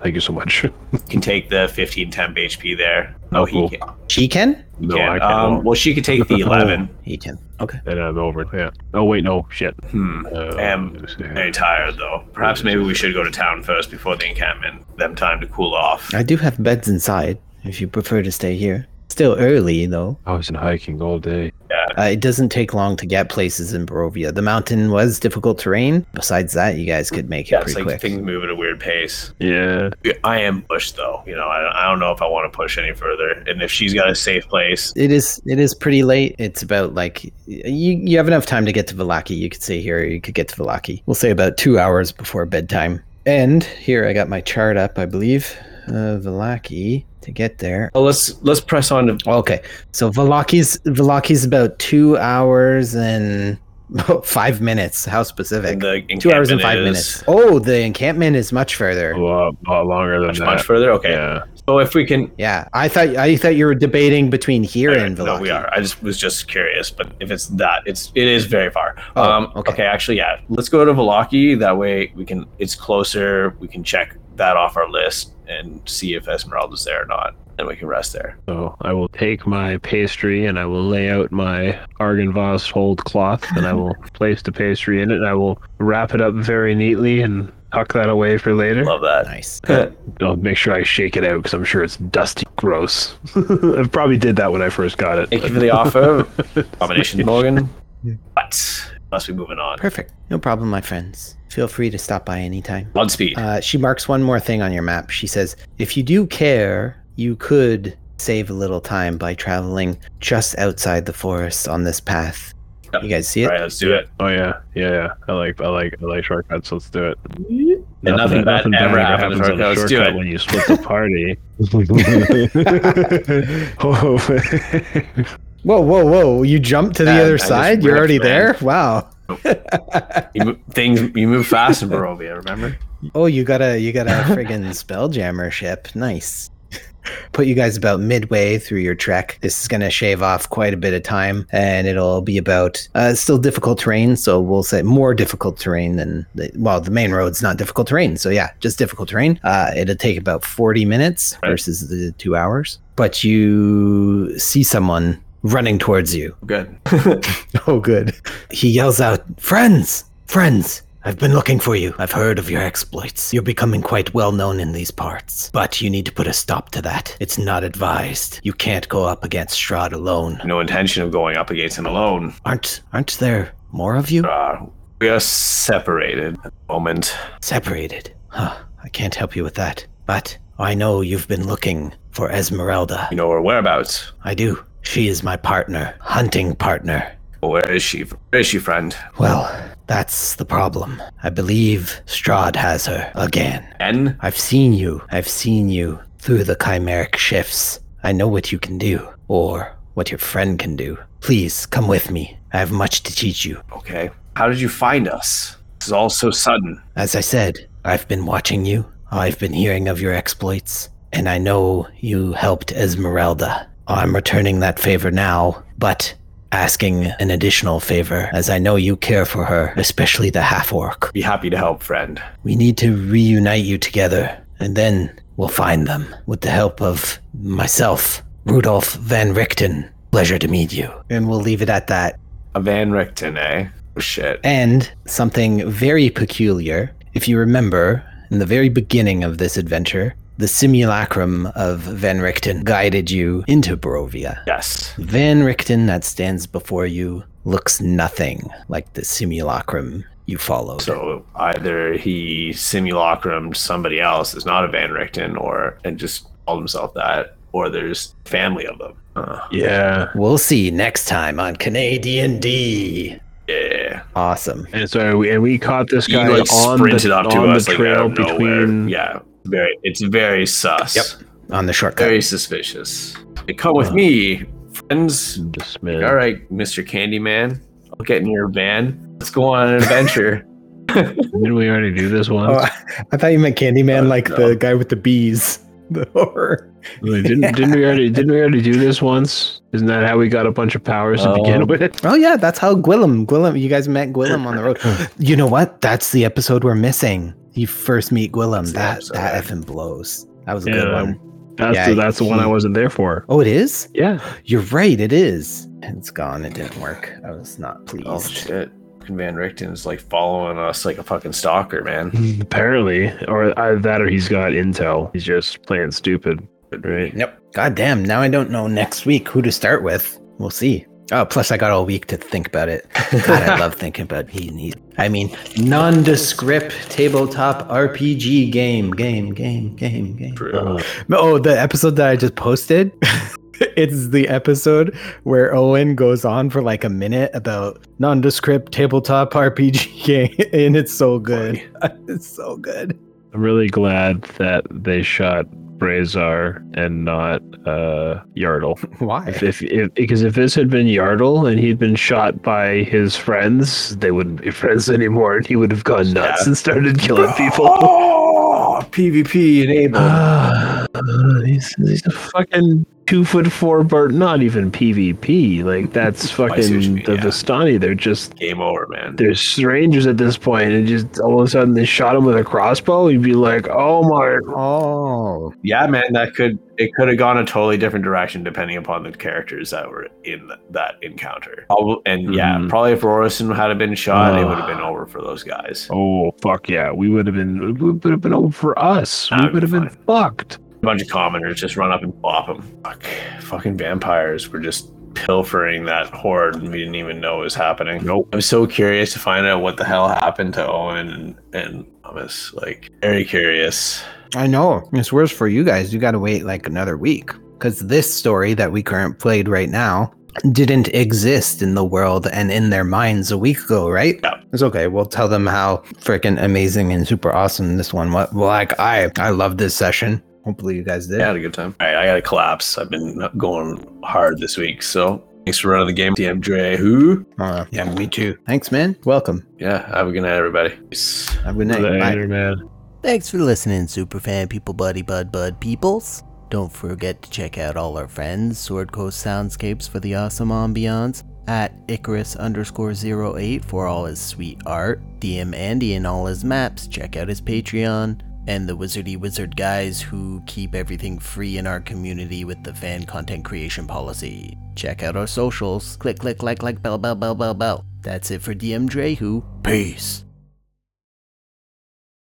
S3: Thank you so much.
S2: Can take the 15 temp HP there. Oh,
S3: cool.
S2: he can.
S4: She can?
S3: No,
S2: can.
S3: I can't.
S2: Um, well, she could take the 11.
S4: He can. Okay.
S3: and I'm over. Yeah. Oh wait, no shit.
S2: hmm.
S3: Uh,
S2: Am-
S3: let me see.
S2: Very tired though. Perhaps maybe we should go to town first before the encampment. Them time to cool off.
S4: I do have beds inside if you prefer to stay here. Still early, though.
S3: I was in hiking all day.
S4: Uh, it doesn't take long to get places in Barovia. The mountain was difficult terrain. Besides that, you guys could make it
S2: Yeah, it's
S4: pretty
S2: like
S4: quick.
S2: things move at a weird pace.
S3: Yeah.
S2: Yeah, I am pushed though. You know, I, I don't know if I want to push any further. And if she's got a safe place,
S4: It is. It is pretty late. It's about like y- you. You have enough time to get to Velaki. You could stay here. Or you could get to Velaki. We'll say about two hours before bedtime. And here I got my chart up. I believe uh, Velaki to get there. Oh,
S2: well, let's let's press on to
S4: Okay, so Velaki's Velaki's about two hours and five minutes. How specific?
S2: the
S4: Two hours
S2: encampment
S4: and five
S2: is
S4: minutes. Oh, the encampment is much further.
S3: A lot, lot longer than
S2: Much,
S3: that.
S2: much further. Okay.
S3: Yeah.
S2: So if we can,
S4: Yeah, I thought I thought you were debating between here and Velaki.
S2: no, we are. I just was just curious, but if it's that, it's it is very far.
S4: Oh,
S2: um,
S4: okay.
S2: okay. actually, yeah. Let's go to Velaki. That way, we can. It's closer. We can check that off our list and see if Esmeralda's there or not, and we can rest there.
S3: So I will take my pastry and I will lay out my Argenvoss hold cloth and I will place the pastry in it and I will wrap it up very neatly and tuck that away for later.
S2: Love that.
S4: Nice.
S3: I'll make sure I shake it out because I'm sure it's dusty, gross. I probably did that when I first got it.
S2: Thank you for the offer, combination Morgan. But must be moving on.
S4: Perfect. No problem, my friends. Feel free to stop by anytime.
S2: On speed.
S4: Uh, she marks one more thing on your map. She says, if you do care, you could save a little time by traveling just outside the forest on this path.
S2: Yep.
S4: You guys see it?
S2: All right, let's do it.
S3: Oh yeah, yeah, yeah. I like, I like, I like shortcuts. Let's do it.
S2: And nothing bad ever happens on
S3: a
S2: shortcuts. Let's do
S3: shortcut
S2: it.
S3: when you split the party. oh,
S4: Whoa, whoa, whoa. You jumped to the
S2: Yeah, I
S4: other
S2: just
S4: side? You're
S2: ripped,
S4: already
S2: man.
S4: there? Wow.
S2: You mo- things you move fast in Barovia. Remember?
S4: Oh, you got a you got a friggin' spelljammer ship. Nice. Put you guys about midway through your trek. This is gonna shave off quite a bit of time, and it'll be about uh, it's still difficult terrain. So we'll say more difficult terrain than the, well, the main road's not difficult terrain. So yeah, just difficult terrain. Uh, it'll take about forty minutes
S2: Right.
S4: versus the two hours. But you see someone running towards you.
S2: Good.
S4: Oh, good. He yells out, Friends! Friends! I've been looking for you. I've heard of your exploits. You're becoming quite well known in these parts. But you need to put a stop to that. It's not advised. You can't go up against Strahd alone.
S2: No intention of going up against him alone.
S4: Aren't aren't there more of you?
S2: Uh, we are separated at the moment.
S4: Separated. Huh. I can't help you with that. But I know you've been looking for Esmeralda.
S2: You know her whereabouts.
S4: I do. She is my partner, hunting partner.
S2: Where is she? Where is she, friend?
S4: Well, that's the problem. I believe Strahd has her again.
S2: N?
S4: I've seen you. I've seen you through the chimeric shifts. I know what you can do, or what your friend can do. Please come with me. I have much to teach you.
S2: Okay. How did you find us? This is all so sudden.
S4: As I said, I've been watching you. I've been hearing of your exploits, and I know you helped Esmeralda. I'm returning that favor now, but asking an additional favor as I know you care for her, especially the half orc.
S2: Be happy to help, friend.
S4: We need to reunite you together, and then we'll find them with the help of myself, Rudolph Van Richten. Pleasure to meet you. And we'll leave it at that.
S2: A Van Richten, eh? Oh, shit.
S4: And something very peculiar. If you remember, in the very beginning of this adventure, the simulacrum of Van Richten guided you into Barovia.
S2: Yes.
S4: Van Richten that stands before you looks nothing like the simulacrum you followed.
S2: So either he simulacrumed somebody else that's not a Van Richten or and just called himself that, or there's family of them. Uh,
S3: Yeah.
S4: we'll see next time on Canadian D.
S2: yeah.
S4: Awesome.
S3: And so we, and we caught this
S2: He
S3: guy
S2: like
S3: on
S2: sprinted
S3: the,
S2: up to
S3: on
S2: us
S3: the
S2: like out
S3: trail
S2: of nowhere.
S3: between
S2: Yeah. Very it's very sus.
S4: Yep. On the shortcut.
S2: Very suspicious. They come
S3: Uh.
S2: with me, friends.
S3: Dismiss.
S2: All right, Mr. Candyman. I'll get in your van. Let's go on an adventure.
S3: Didn't we already do this
S2: Oh,
S3: once?
S4: Oh, I thought you meant Candyman,
S2: Uh, like the no.
S4: guy with the bees. The horror.
S3: Like, didn't didn't we already didn't we already do this once? Isn't that how we got a bunch of powers to
S2: Oh.
S3: begin with?
S4: Oh yeah, that's how Gwillem. Gwillem, you guys met Gwillem on the road. you know what? That's the episode we're missing. You first meet Gwillem.
S2: That's the episode,
S4: That that
S2: right?
S4: effing blows. That was a good
S3: Yeah.
S4: one.
S3: That's
S4: Yeah,
S3: the, that's the one
S4: he-
S3: I wasn't there for.
S4: Oh, it is.
S3: Yeah.
S4: You're right. It is. It's gone. It didn't work. I was not pleased.
S2: oh shit. Fucking Van Richten's like following us like a fucking stalker, man.
S3: Apparently, or either that, or he's got intel. He's just playing stupid.
S2: Right.
S4: Nope. God damn. Now I don't know next week who to start with. We'll see. Oh, plus I got all week to think about it. God, I love thinking about he and he. I mean, nondescript tabletop RPG game, game, game, game, game.
S2: True.
S14: Oh, the episode that I just posted. it's the episode where Owen goes on for like a minute about nondescript tabletop RPG game, and it's so good. it's so good.
S3: I'm really glad that they shot Brazar and not uh, Yardle.
S14: Why?
S3: If if because if, this had been Yardle and he'd been shot by his friends, they wouldn't be friends anymore, and he would have gone nuts and started killing people.
S2: Oh, PvP enabled.
S3: Ah, he's, he's a fucking two foot four Bart. Not even PvP. Like that's
S2: I see what you
S3: fucking
S2: mean,
S3: the
S2: yeah.
S3: Vistani. They're just
S2: Game over, man.
S3: they're strangers at this point, and just all of a sudden they shot him with a crossbow. You'd be like, oh my.
S4: Oh,
S2: Yeah, man, that could it could have gone a totally different direction depending upon the characters that were in that encounter. Probably, and yeah,
S3: Mhm.
S2: probably if Rorison had have been shot, it
S3: Ugh.
S2: would have been over for those guys.
S3: Oh fuck yeah! We would have been. It would have been over for us.
S2: That
S3: We
S2: would
S3: would have
S2: be
S3: been fucked.
S2: A bunch of commoners just run up and bop them. Fuck, fucking vampires were just pilfering that horde, and we didn't even know it was happening.
S3: Nope.
S2: I'm so curious to find out what the hell happened to Owen and, and Thomas. Like, very curious.
S4: I know. It's worse for you guys. You got to wait like another week because this story that we current played right now didn't exist in the world and in their minds a week ago, right?
S2: Yeah.
S4: It's okay. We'll tell them how freaking amazing and super awesome this one was. Like I, I love this session. Hopefully you guys did.
S2: Yeah, I had a good time. All right, I got to collapse. I've been going hard this week, so thanks for running the game, DM Dre. Who?
S4: Uh, yeah, me too. Thanks, man. Welcome.
S2: Yeah, have a good night, everybody. Peace.
S4: Have a good night. Bye.
S3: Later, man.
S1: Thanks for listening, superfan people, buddy, bud, bud, peoples. Don't forget to check out all our friends, Sword Coast Soundscapes for the awesome ambiance, at Icarus underscore zero eight for all his sweet art, DM Andy and all his maps, check out his Patreon, and the Wizardy Wizard guys who keep everything free in our community with the fan content creation policy. Check out our socials, click, click, like, like, bell, bell, bell, bell, bell. That's it for DM Drehu. Peace.